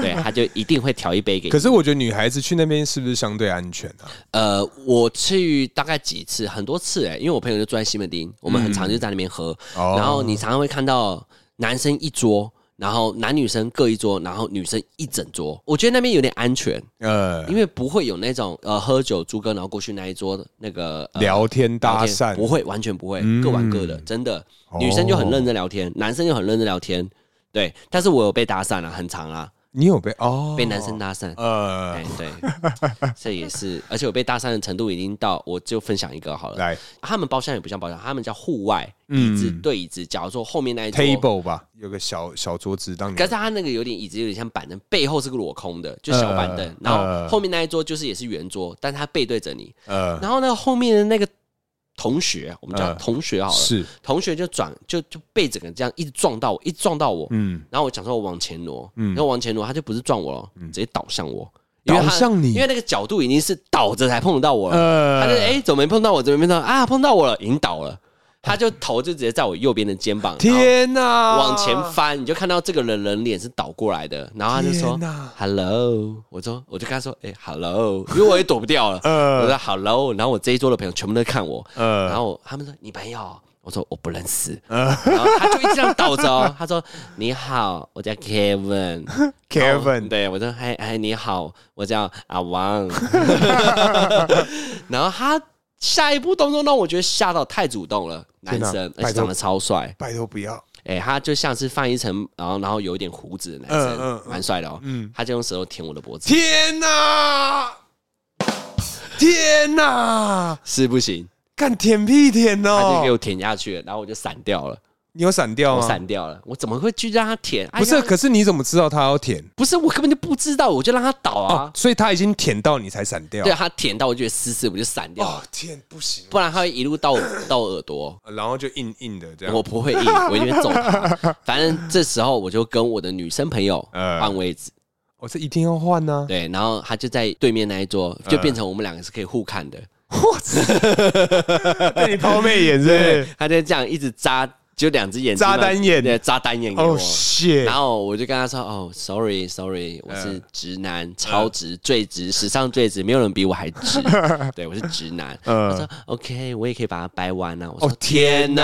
A: 对，他就一定会调一杯给你
B: 可。是我觉得女孩子去那边是不是相对安全啊？
A: 呃，我去大概几次，很多次哎、因为我朋友就住在西门町，我们很常就在那边喝，
B: 哦
A: 然后你常常会看到男生一桌，然后男女生各一桌，然后女生一整桌，我觉得那边有点安全，
B: 呃，
A: 因为不会有那种呃喝酒猪哥然后过去那一桌的那个、呃
B: 聊天搭
A: 聊天
B: 讪嗯
A: 不会，完全不会，各玩各的，真的，女生就很认真聊天，男生就很认真聊天，对，但是我有被搭讪了、很长啊，
B: 你有被哦
A: 被男生搭讪。
B: 呃
A: 哎，对，这也是，而且我被搭讪的程度已经到，我就分享一个好了。
B: 来
A: 他们包厢也不像包厢，他们叫户外
B: 嗯
A: 椅子对椅子。假如说后面那一桌
B: table 吧，有个小小桌子当你
A: 可是他那个有点椅子有点像板凳，背后是个裸空的，就小板凳
B: 呃。
A: 然
B: 呃
A: 后后面那一桌就是也是圆桌，但是他背对着你。
B: 呃
A: 然后那个后面的那个同学，我们叫
B: 呃
A: 同学好了，
B: 是
A: 同学就转就就被整个这样一直撞到我，一直撞到我。
B: 嗯
A: 然后我讲说我往前挪，
B: 嗯
A: 然后往前挪，他就不是撞我了，直接倒向我，因为
B: 倒
A: 他
B: 向你
A: 因为那个角度已经是倒着才碰得到我了。
B: 呃
A: 他就哎、诶怎么没碰到我？怎么没碰到啊？碰到我了，引导了，他就头就直接在我右边的肩膀，然后
B: 天哪，
A: 往前翻，你就看到这个人人脸是倒过来的，然后他就说
B: 天哪
A: “hello”，我说我就跟他说“哎、h e l l o 因为我也躲不掉 了，我说 “hello”，然后我这一桌的朋友全部都看我，
B: 呃
A: 然后他们说“你朋友”，我说我不认 识，然后他就一直这样倒着、哦， 他说“你好，我叫 Kevin”。
B: Kevin
A: 对我说嗨嗨你好，我叫阿 王，然后他下一步动作让我觉得吓到太主动了，
B: 天
A: 男
B: 哪
A: 生而
B: 拜
A: 且
B: 托
A: 长得超帅，
B: 拜托不要，
A: 哎、他就像是范一晨，然后然后有一点胡子的男生，
B: 嗯嗯嗯
A: 蛮帅的哦，
B: 嗯
A: 他就用舌头舔我的脖子，
B: 天哪，天哪，
A: 是不行，
B: 干舔屁舔
A: 他就给
B: 哦！
A: 我舔下去了，然后我就闪掉了，
B: 你有闪掉
A: 我
B: 吗？
A: 闪掉了，我怎么会去让他舔？哎呀
B: 不是，可是你怎么知道他要舔？
A: 不是，我根本就不知道，我就让他倒啊，
B: 哦，所以他已经舔到你才闪掉
A: 对。他啊舔到我觉得湿湿，我就闪掉了，
B: 哦天，不行，
A: 不然他会一路到我到我耳朵。
B: 然后就硬硬的这样。
A: 我不会硬，我一定会揍 他。反正这时候我就跟我的女生朋友
B: 呃
A: 换位置，
B: 我哦这一定要换啊呢。
A: 对，然后她就在对面那一桌，就
B: 嗯
A: 变成我们两个是可以互看的。
B: 我操！ 被你抛媚眼是不是？
A: 她就这样一直扎，就两只眼睛
B: 扎单眼
A: 对，扎单眼给我
B: 哦。谢
A: 然后我就跟她说：“哦，sorry，sorry，我是
B: 嗯
A: 直男，超直，最直，史上最直，没有人比我还 直。对，我是直男。”
B: 嗯
A: 她说：“OK，我也可以把它掰弯啊。”我
B: Oh, 哦
A: 说：“天哪！”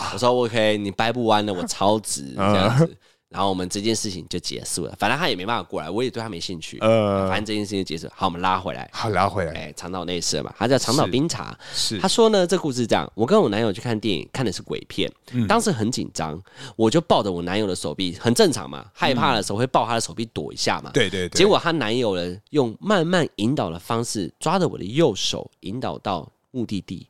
B: 呐！
A: 我说 OK，你掰不弯的，我超直
B: 嗯
A: 这样子。然后我们这件事情就结束了，反正他也没办法过来，我也对他没兴趣。
B: 呃
A: 反正这件事情结束，好，我们拉回来。
B: 好，拉回来
A: 哎，长岛内射嘛，他叫长岛
B: 是
A: 冰茶。
B: 是
A: 他说呢，这故事是这样：我跟我男友去看电影，看的是鬼片，
B: 嗯
A: 当时很紧张，我就抱着我男友的手臂，很正常嘛，害怕的时候会抱他的手臂躲一下嘛。
B: 嗯对对对，
A: 结果她男友呢，用慢慢引导的方式抓着我的右手，引导到目的 地。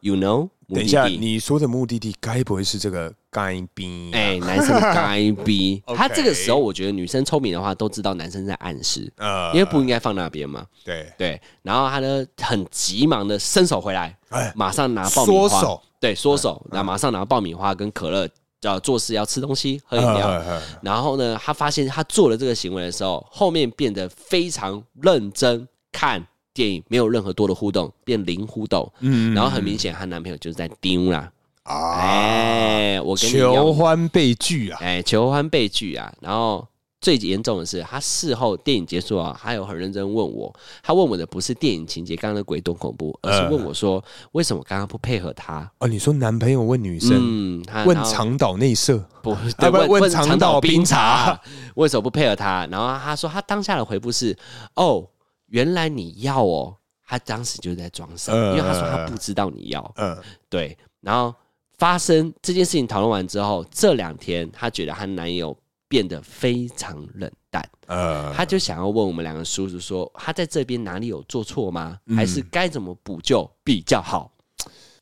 A: You know，目
B: 等
A: 的
B: 一下，
A: 地。
B: 你说的目的地该不会是这个干冰？啊
A: 哎、男生的该 逼。
B: OK
A: 他这个时候，我觉得女生聪明的话，都知道男生在暗示，
B: 呃
A: 因为不应该放那边嘛。
B: 对，
A: 对，然后他呢，很急忙的伸手回来
B: 哎，
A: 马上拿爆米
B: 缩
A: 花
B: 手，嗯
A: 对，缩手，然后马上拿爆米花跟可乐呃做事要吃东西、喝
B: 哎
A: 饮料，
B: 哎哎
A: 然后呢，他发现他做了这个行为的时候，后面变得非常认真看电影，没有任何多的互动，变零互动。
B: 嗯
A: 然后很明显，她男朋友就是在丢啦。
B: 啊，
A: 哎、我跟你
B: 求
A: 讲，
B: 欢被拒啊，
A: 哎、求欢被拒啊。然后最严重的是，他事后电影结束啊，他有很认真问我，他问我的不是电影情节，刚刚的鬼多恐怖，而
B: 嗯
A: 是问我说，为什么我刚刚不配合他？
B: 哦，你说男朋友问女生，
A: 嗯，他
B: 问
A: 然后
B: 长岛内射，
A: 不，
B: 啊
A: 对，
B: 不
A: 问
B: 问
A: 问
B: 长
A: 长
B: 岛
A: 岛
B: 冰
A: 冰茶，为什么不配合他？然后他说他啊当下的回复是：哦，原来你要哦。他当时就在装傻，
B: 呃
A: 因为他说他不知道你要。
B: 嗯，
A: 对，然后发生这件事情讨论完之后，这两天她觉得她男友变得非常冷淡，
B: 呃，
A: 她就想要问我们两个叔叔说，他在这边哪里有做错吗？
B: 嗯
A: 还是该怎么补救比较好？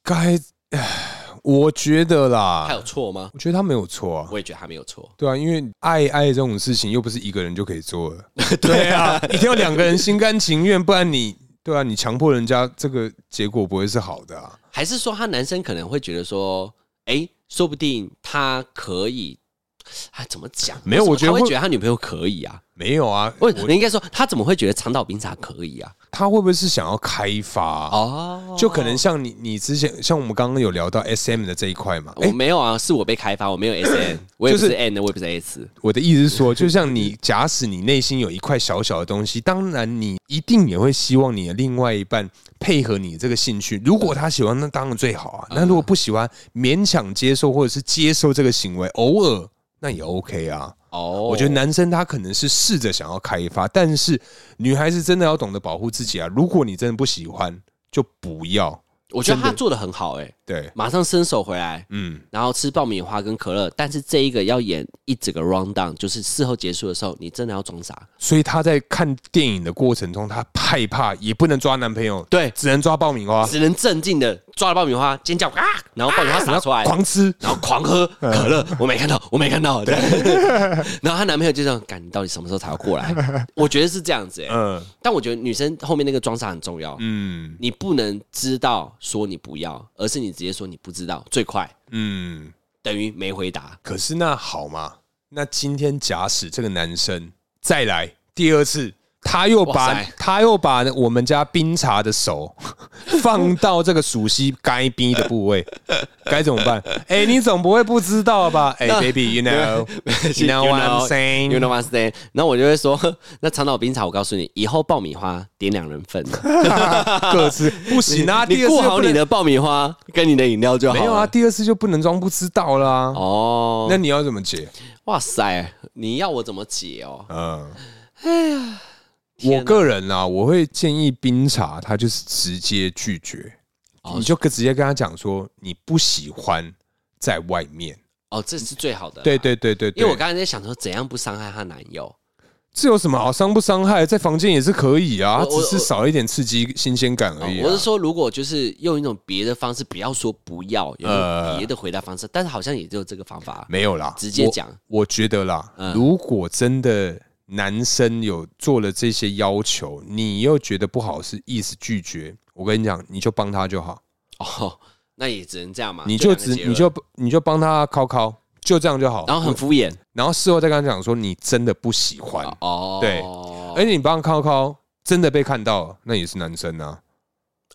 B: 该，唉我觉得
A: 他
B: 啦
A: 有，错吗？
B: 我觉得他没有错啊。
A: 我也觉得他没有错。
B: 对啊，因为爱爱这种事情又不是一个人就可以做的。 对啊，一定要两个人心甘情愿，不然你对啊，你强迫人家这个结果不会是好的啊。
A: 还是说他男生可能会觉得说，哎、说不定他可以，哎，怎么讲？
B: 没有
A: 为什么
B: 我
A: 他会
B: 觉得会
A: 觉得他女朋友可以啊。
B: 没有啊，
A: 不，你应该说他怎么会觉得长岛冰茶可以啊？
B: 他会不会是想要开发啊、
A: 哦，
B: 就可能像你，你之前像我们刚刚有聊到 S M 的这一块嘛，哎、
A: 我没有啊，是我被开发，我 没有 S N，我也不
B: 就
A: 是
B: 是
A: N 的，我也不是 S。
B: 我的意思是说，就像你，假使你内心有一块小小的东西，当然你一定也会希望你的另外一半配合你这个兴趣。如果他喜欢，那当然最好啊。那如果不喜欢，勉强接受或者是接受这个行为，偶尔那也 OK 啊。
A: 哦，
B: 我觉得男生他可能是试着想要开发，但是女孩子真的要懂得保护自己啊。如果你真的不喜欢，就不要。
A: 我觉得他
B: 真的
A: 做的很好、哎，
B: 对，
A: 马上伸手回来，
B: 嗯，
A: 然后吃爆米花跟可乐。但是这一个要演一整个 round down，就是事后结束的时候，你真的要装傻。
B: 所以她在看电影的过程中，她害怕，也不能抓男朋友，
A: 对，
B: 只能抓爆米花。
A: 只能镇静的抓了爆米花，尖叫啊，然后爆米花洒出来，
B: 狂吃，
A: 然后狂喝
B: 嗯
A: 可乐，我没看 到，我没看到。对， 然后她男朋友就这样，赶你到底什么时候才要过来？ 我觉得是这样子、欸，
B: 嗯
A: 但我觉得女生后面那个装傻很重要，
B: 嗯
A: 你不能知道说你不要，而是你直接说你不知道，最快
B: 嗯。
A: 等于没回答。
B: 可是那好嘛，那今天假使这个男生再来第二次，他又
A: 哇
B: 把
A: 塞
B: 他又把我们家冰茶的手 放到这个属膝该冰的 部位，该怎么办？哎、你总不会不知道吧？哎、b a b y you know you know what I'm saying？
A: You know what I'm saying？然后我就会说， 那长岛冰茶，我告诉你，以后爆米花点两人 份，
B: 各自不行啊，第
A: 你
B: 二次
A: 顾
B: 就
A: 好
B: 不
A: 你
B: 能
A: 的爆米花跟你的饮料就好了。
B: 没有啊，，第二次就不能装不知道啦、
A: 哦，
B: 那你要怎么解？
A: 哇塞，你要我怎么解哦？
B: 嗯。
A: 天
B: 我
A: 哪
B: 个人啊，我会建议冰茶，他就是直接拒绝，
A: 哦
B: 你就直接跟他讲说你不喜欢在外面。
A: 哦，这是最好的啦。
B: 对对对对对，
A: 因为我刚才在想说，怎样不伤害她男友？
B: 这有什么好伤不伤害？在房间也是可以啊，
A: 我我
B: 只是少一点刺激新鲜感而已、
A: 哦
B: 啊
A: 我是说，如果就是用一种别的方式，不要说不要，有一种
B: 呃
A: 别的回答方式，但是好像也就这个方法。啊
B: 没有啦，
A: 直接
B: 我
A: 讲。嗯
B: 我觉得啦，如果真的男生有做了这些要求，你又觉得不好是意思拒绝，我跟你讲，你就帮他就好。
A: 哦，那也只能这样嘛。
B: 你就
A: 两个
B: 只
A: 结论
B: 你就你就帮他敲敲，就这样就好。
A: 然后很敷 衍
B: 然后事后再跟他讲说你真的不喜欢，
A: 哦。
B: 对而且你帮他敲敲，真的被看到了，那也是男生啊。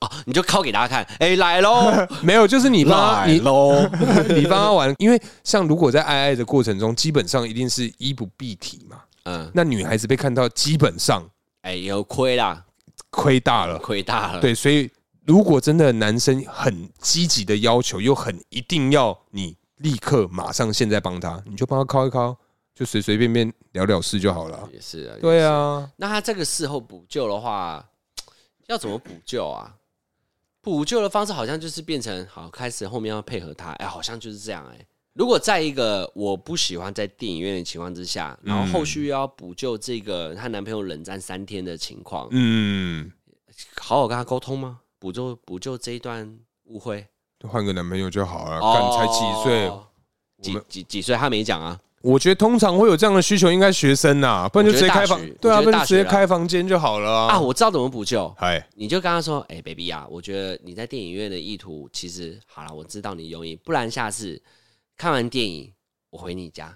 A: 哦，你就敲给大家看，哎，来喽，
B: 没有，就是你帮他你
A: 喽。
B: 你帮他玩，因为像如果在爱爱的过程中，基本上一定是衣不蔽体嘛。
A: 嗯，
B: 那女孩子被看到，基本上
A: 哎，有亏啦，
B: 亏大了。
A: 亏大了。，
B: 对，所以如果真的男生很积极的要求，又很一定要你立刻马上现在帮他，你就帮他敲一敲，就随随便便聊聊事就好了啊。
A: 也是啊。
B: 对啊，
A: 那他这个事后补救的话，要怎么补救啊？补救的方式好像就是变成好开始后面要配合他，哎、好像就是这样哎、如果在一个我不喜欢在电影院的情况之下，然后后续又要补救这个她男朋友冷战三天的情况，
B: 嗯，
A: 好好跟他沟通吗？补救补救这一段误会，
B: 就换个男朋友就好了。
A: 哦
B: 啊干、才几岁，
A: 几
B: 们
A: 几几岁？他没讲啊。
B: 我觉得通常会有这样的需求，应该学生呐、不然就直接开房
A: 我觉得大学，
B: 对啊，
A: 我
B: 不
A: 觉得大
B: 然就直
A: 学啊
B: 接开房间就好了
A: 啊，
B: 啊。
A: 我知道怎么补救。
B: 哎，
A: 你就跟他说：“哎、b a b y 啊，我觉得你在电影院的意图其实好了，我知道你用意，不然下次看完电影我回你家，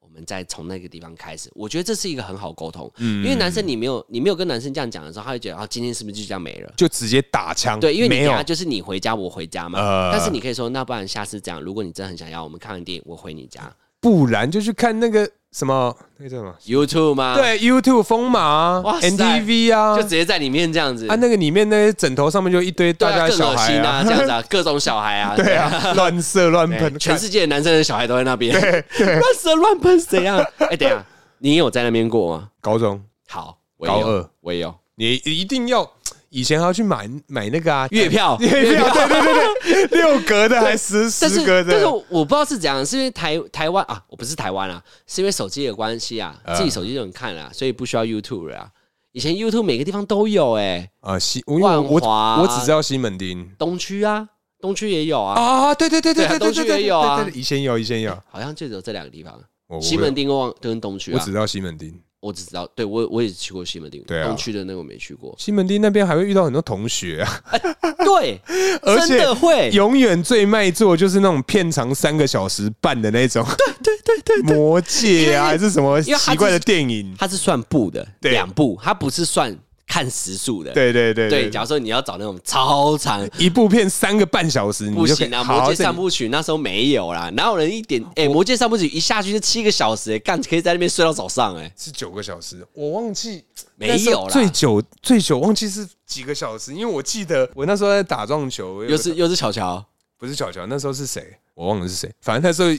A: 我们再从那个地方开始。我觉得这是一个很好沟通，
B: 嗯
A: 因为男生你没有你没有跟男生这样讲的时候，他会觉得啊，今天是不是就这样没了？
B: 就直接打枪，
A: 对，因为你
B: 没
A: 等
B: 有
A: 下就是你回家，我回家嘛。
B: 呃
A: 但是你可以说，那不然下次这样，如果你真的很想要，我们看完电影，我回你家
B: 不然就去看那个什么那个叫什么？
A: ，YouTube 吗？，
B: 对，YouTube 风马啊
A: 啊哇塞
B: ，NTV 啊，
A: 就直接在里面这样子。
B: 啊，那个里面那些枕头上面就一堆
A: 对
B: 大
A: 啊，
B: 家
A: 更
B: 小
A: 恶
B: 孩
A: 心啊，这
B: 啊，
A: 样子啊，各种小孩啊，
B: 对啊，乱射乱
A: 对，
B: 喷，
A: 哎全
B: 看
A: 世界的男生的小孩都在那边，乱射乱喷是怎样？哎，等一下，你有在那边过吗？
B: 高中
A: 好，我也
B: 高
A: 有，
B: 二，
A: 我也有
B: 你一定要以前还要去买买那个啊
A: 月票，
B: 月票，对对对对，六格的还十
A: 但是
B: 十格
A: 但是
B: 的，
A: 我不知道是怎样，是因为台台湾啊，我不是台湾啊，是因为手机的关系啊，
B: 呃
A: 自己手机就能看了、所以不需要 YouTube 了啊、以前 YouTube 每个地方都有哎、
B: 啊西，我因为我
A: 万华啊
B: 我我只知道西门町
A: 东区啊，东区也有啊，
B: 啊，对对对
A: 对
B: 对
A: 啊
B: 对对
A: 东区
B: 对
A: 也
B: 对
A: 有啊
B: 对对，以前有以前有，
A: 好像就只有这两个地方，
B: 我我
A: 西门町跟望跟东区
B: 我
A: 啊
B: 只。知道西门町，
A: 我只知道，对我我也去过西门町，
B: 对啊。
A: 东区的那个我没去过
B: 西门町那边还会遇到很多同学啊，
A: 对，
B: 而
A: 真
B: 且
A: 的会，
B: 永远最卖座就是那种片长三个小时半的那种，对对对对，魔戒啊还是什么
A: 因为它
B: 奇怪
A: 只
B: 的
A: 是
B: 电影，
A: 它是算步的，
B: 对
A: 两步，它不是算看时速的。
B: 对对对
A: 对，假如说你要找那种超长，
B: 一部片三个半小时，你
A: 不
B: 就可
A: 行
B: 以
A: 啊，《
B: 好
A: 魔
B: 好
A: 戒
B: 在
A: 三
B: 你
A: 部曲》那时候没有啦，哪有人一点？哎、魔戒三部曲》一下去就七个小时、哎，干可以在那边睡到早上、哎，
B: 是九个小时，我忘记
A: 没
B: 那时候
A: 有啦
B: 最久最久忘记是几个小时，因为我记得我那时候在打撞球，我有
A: 又是又是巧巧，
B: 不是巧巧，那时候是谁我忘了是谁，反正那时候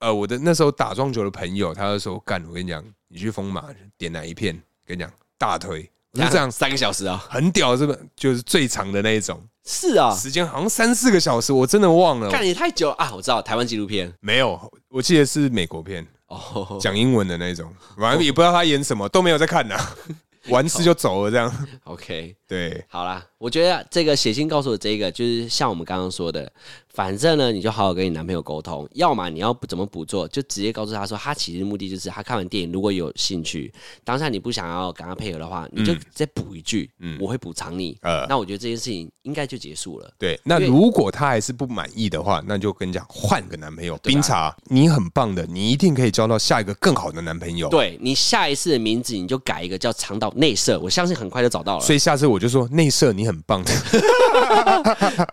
B: 呃我的那时候打撞球的朋友，他就说干，我跟你讲，你去疯马点哪一片，跟你讲大腿，我就这样
A: 三个小时啊，
B: 很屌，是不是？就是最长的那一种，
A: 是啊，
B: 时间好像三四个小时，我真的忘了，
A: 干也太久了啊！我知道台湾纪录片
B: 没有，我记得是美国片。
A: 哦，
B: 讲英文的那种，反正也不知道他演什么，都没有在看呐、 完事就走了这样。
A: 哦 OK，
B: 对，
A: 好啦，我觉得这个写信告诉我这个，就是像我们刚刚说的，反正呢，你就好好跟你男朋友沟通，要么你要不怎么捕捉，就直接告诉他说，他其实目的就是他看完电影如果有兴趣，当下你不想要跟他配合的话，你就再补一句，我会补偿你。
B: 嗯呃
A: 那我觉得这件事情应该就结束了。
B: 对。那
A: 因为
B: 如果他还是不满意的话，那就跟你讲换个男朋友。
A: 对啊
B: 冰茶，你很棒的，你一定可以交到下一个更好的男朋友。，
A: 对你下一次的名字，你就改一个叫长岛内射，我相信很快就找到了
B: 所。以下次我就说内射你很 棒。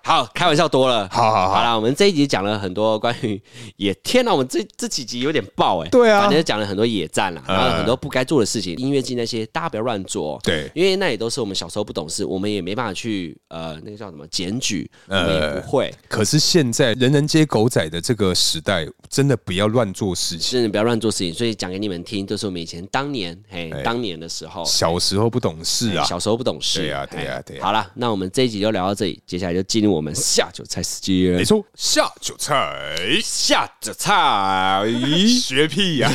A: 好，开玩笑多了。
B: 好好
A: 好
B: 好，
A: 啦，我们这一集讲了很多关于 野，天哪，我们这这几集有点爆哎、
B: 对啊
A: 反正讲了很多野战啦，
B: 呃
A: 然后很多不该做的事情，音乐季那些大家不要乱做、哦。
B: 对
A: 因为那也都是我们小时候不懂事，我们也没办法去呃那个叫什么检举，
B: 嗯
A: 我们也不会，
B: 可是现在人人皆狗仔的这个时代，真的不要乱做事情。
A: 真的不要乱做事情。所以讲给你们听，就是我们以前当年嘿
B: 哎
A: 当年的时候，
B: 小时候不懂事
A: 哦
B: 啊，
A: 哎小时候不懂事。
B: 对啊对啊
A: 哎
B: 对啊
A: 好啦，那我们这一集就聊到这里，接下来就进入我们下酒菜时
B: 没
A: 间。
B: 错，下酒菜
A: 下酒菜。
B: 学屁呀、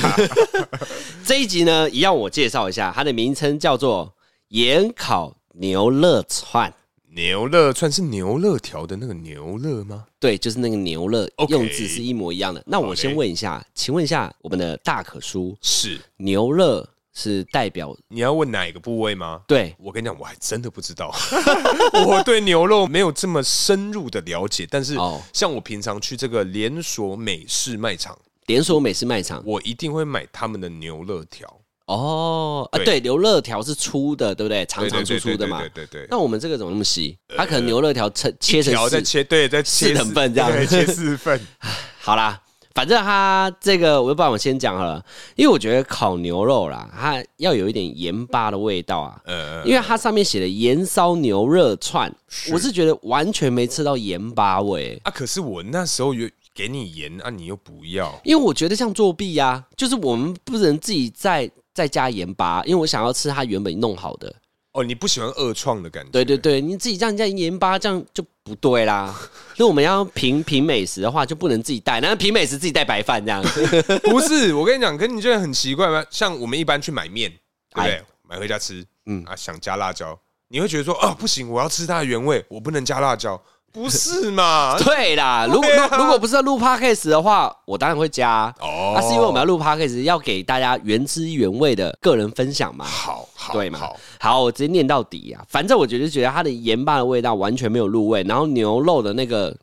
A: 这一集呢，也要我介绍一下，它的名称叫做“盐烤牛肋串
B: 牛肋串是牛肋条的那个牛肋吗？”。
A: 对，就是那个牛肋
B: OK
A: 用字是一模一样的。那我先问一下，请问一下我们的大可叔，
B: 是，
A: 牛肋是代表
B: 你要问哪一个部位吗？
A: 对
B: 我跟你讲，我还真的不知 道， 我对牛肉没有这么深入的了解。但是
A: 哦，
B: 像我平常去这个连锁美式卖场，
A: 连锁美食卖场
B: 我一定会买他们的牛肋条，
A: 哦啊，
B: 对
A: 对，牛肋条是粗的，对不对？长
B: 对
A: 长
B: 对
A: 粗
B: 对
A: 粗
B: 对
A: 的
B: 对
A: 嘛
B: 对。对对，
A: 那我们这个怎么那么细？它可能牛肋条切切成
B: 条再
A: 四
B: 切，对，再切
A: 四等份这样
B: 对切四 份。
A: 好啦，反正它这个，我就帮我先讲好了，因为我觉得烤牛肉啦，它要有一点盐巴的味道啊，
B: 呃，
A: 因为它上面写的盐烧牛肉串，
B: 是
A: 我是觉得完全没吃到盐巴味，
B: 啊，可是我那时候有给你盐啊，你又不要，
A: 因为我觉得像作弊呀、啊，就是我们不能自己再再加盐巴，因为我想要吃它原本弄好的。
B: 哦，你不喜欢恶创的感觉，
A: 对对对，你自己这样加盐巴，这样就不对啦。所以我们要评评美食的话，就不能自己带，然后评美食自己带白饭这样。
B: 不是，我跟你讲，跟你觉得很奇怪吗？像我们一般去买面，对不对？买回家吃，
A: 嗯？
B: 嗯啊，想加辣椒，你会觉得说啊，不行，我要吃它的原味，我不能加辣椒， 不是 嘛
A: 对啦，如果、
B: 对啊
A: 如果不是要录 podcast 的话，我当然会加啊。
B: 哦
A: 那、是因为我们要录 podcast，要给大家原汁原味的个人分享嘛。
B: 好好
A: 对嘛
B: 好，
A: 好，我直接念到底啊。反正我觉得觉得它的盐巴的味道完全没有入味，然后牛肉的那个嘖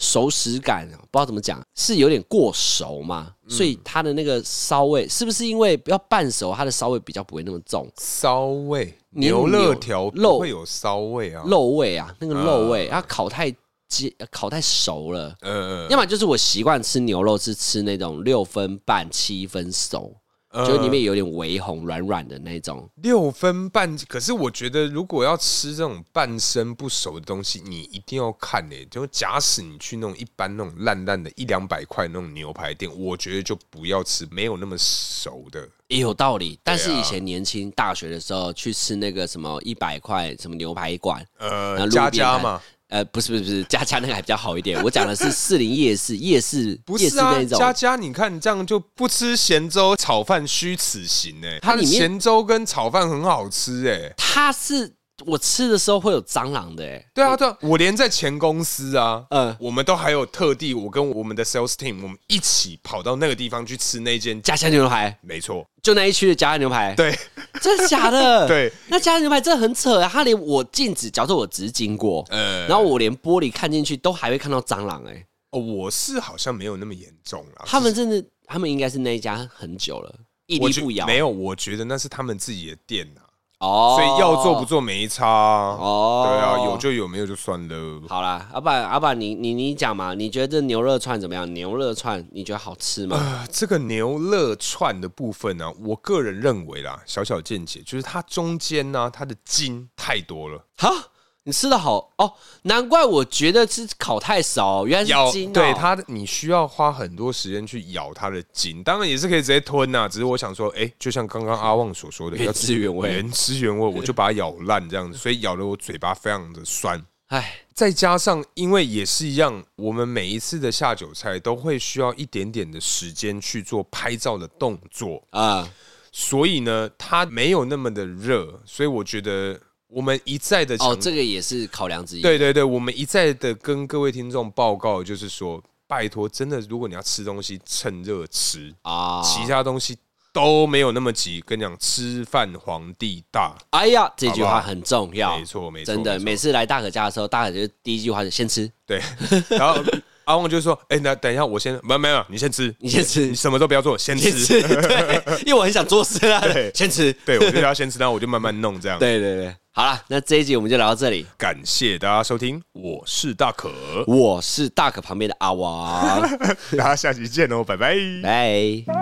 A: 熟食感，啊不知道怎么讲，是有点过熟嘛，所以它的那个骚味是不是因为要半熟，它的骚味比较不会那么重，
B: 骚味，
A: 你
B: 牛肋条
A: 肉
B: 不会有骚味啊，
A: 肉味啊，那个肉味，它烤太接烤太熟了。
B: 呃，
A: 要么就是我习惯吃牛肉是吃那种六分半七分熟，
B: 呃
A: 就里面有点微红软软的那种。
B: 六分半，可是我觉得如果要吃这种半生不熟的东西，你一定要看诶、就假使你去那种一般那种烂烂的一两百块那种牛排店，我觉得就不要吃没有那么熟的。
A: 也有道理，但
B: 啊
A: 是以前年轻大学的时候去吃那个什么一百块什么牛排馆，那
B: 呃，
A: 路边
B: 加加
A: 摊
B: 嘛，
A: 呃，不是不是不是，家家那个还比较好一点。我讲的是士林夜市，夜市
B: 不
A: 夜
B: 是
A: 市
B: 啊
A: 那，种，
B: 佳佳，你看这样就不吃咸粥炒饭虚此行哎、
A: 它
B: 它的
A: 里面
B: 咸粥跟炒饭很好吃哎、
A: 它是我吃的时候会有蟑螂的、欸，
B: 对啊，对啊，我连在前公司啊，
A: 嗯
B: 我们都还有特地，我跟我们的 sales team，我们一起跑到那个地方去吃那间，
A: 家乡牛排
B: 没错，
A: 就那一区的家乡牛排，
B: 对，
A: 真的假的？
B: 对，
A: 那家乡牛排真的很扯啊！它连我禁止，假如说我只是经过，
B: 呃，
A: 然后我连玻璃看进去都还会看到蟑螂、欸，哎，
B: 哦我是好像没有那么严重啊啦，
A: 他们真的，他们应该是那一家很久了，屹
B: 我
A: 立
B: 觉
A: 不摇，
B: 没有，我觉得那是他们自己的店啊，
A: 哦，
B: 所以要做不做没差啊，
A: 哦，
B: 对啊，有就有，没有就算了。
A: 好啦，阿爸阿爸，你你你讲嘛？你觉得这牛肉串怎么样？牛肉串你觉得好吃吗？
B: 啊，这个牛肋串的部分呢、我个人认为啦，小小见解就是它中间呢、它的筋太多了，
A: 哈，你吃的好哦，难怪我觉得是烤太少，原来
B: 咬
A: 是筋、哦。
B: 对它的，你需要花很多时间去咬它的筋，当然也是可以直接吞呐、只是我想说，哎、就像刚刚阿旺所说的，
A: 原
B: 要
A: 汁原味
B: 原汁 原味，我就把它咬烂这样子，所以咬得我嘴巴非常的酸。
A: 哎，
B: 再加上，因为也是一样，我们每一次的下酒菜都会需要一点点的时间去做拍照的动作，
A: 啊、
B: 所以呢，它没有那么的热，所以我觉得我们一再的
A: 哦，这个也是考量之一。，
B: 对对对，我们一再的跟各位听众报告，就是说，拜托，真的，如果你要吃东西，趁热吃，
A: 啊，
B: 其他东西都没有那么急。跟你讲，吃饭皇帝大，
A: 哎呀，这句
B: 好
A: 话
B: 不好
A: 很重要，
B: 没错没错，
A: 真的。
B: 没
A: 每
B: 错
A: 次来大可家的时候，大可就第一句话就先吃，
B: 对。然后阿旺就说：“哎，那等一下，我先没有没有，你先吃，
A: 你先吃
B: 你，什么都不要做， 先
A: 先
B: 吃。
A: 吃，对，因为我很想做事啊
B: 对，
A: 先吃，”
B: 对，我就要先吃，然后我就慢慢弄这 样。
A: 对对对。好了，那这一集我们就聊到这里。
B: 感谢大家收听，我是大 可，
A: 我是大可旁边的阿王，
B: 大家下期见哦，拜拜。
A: 拜。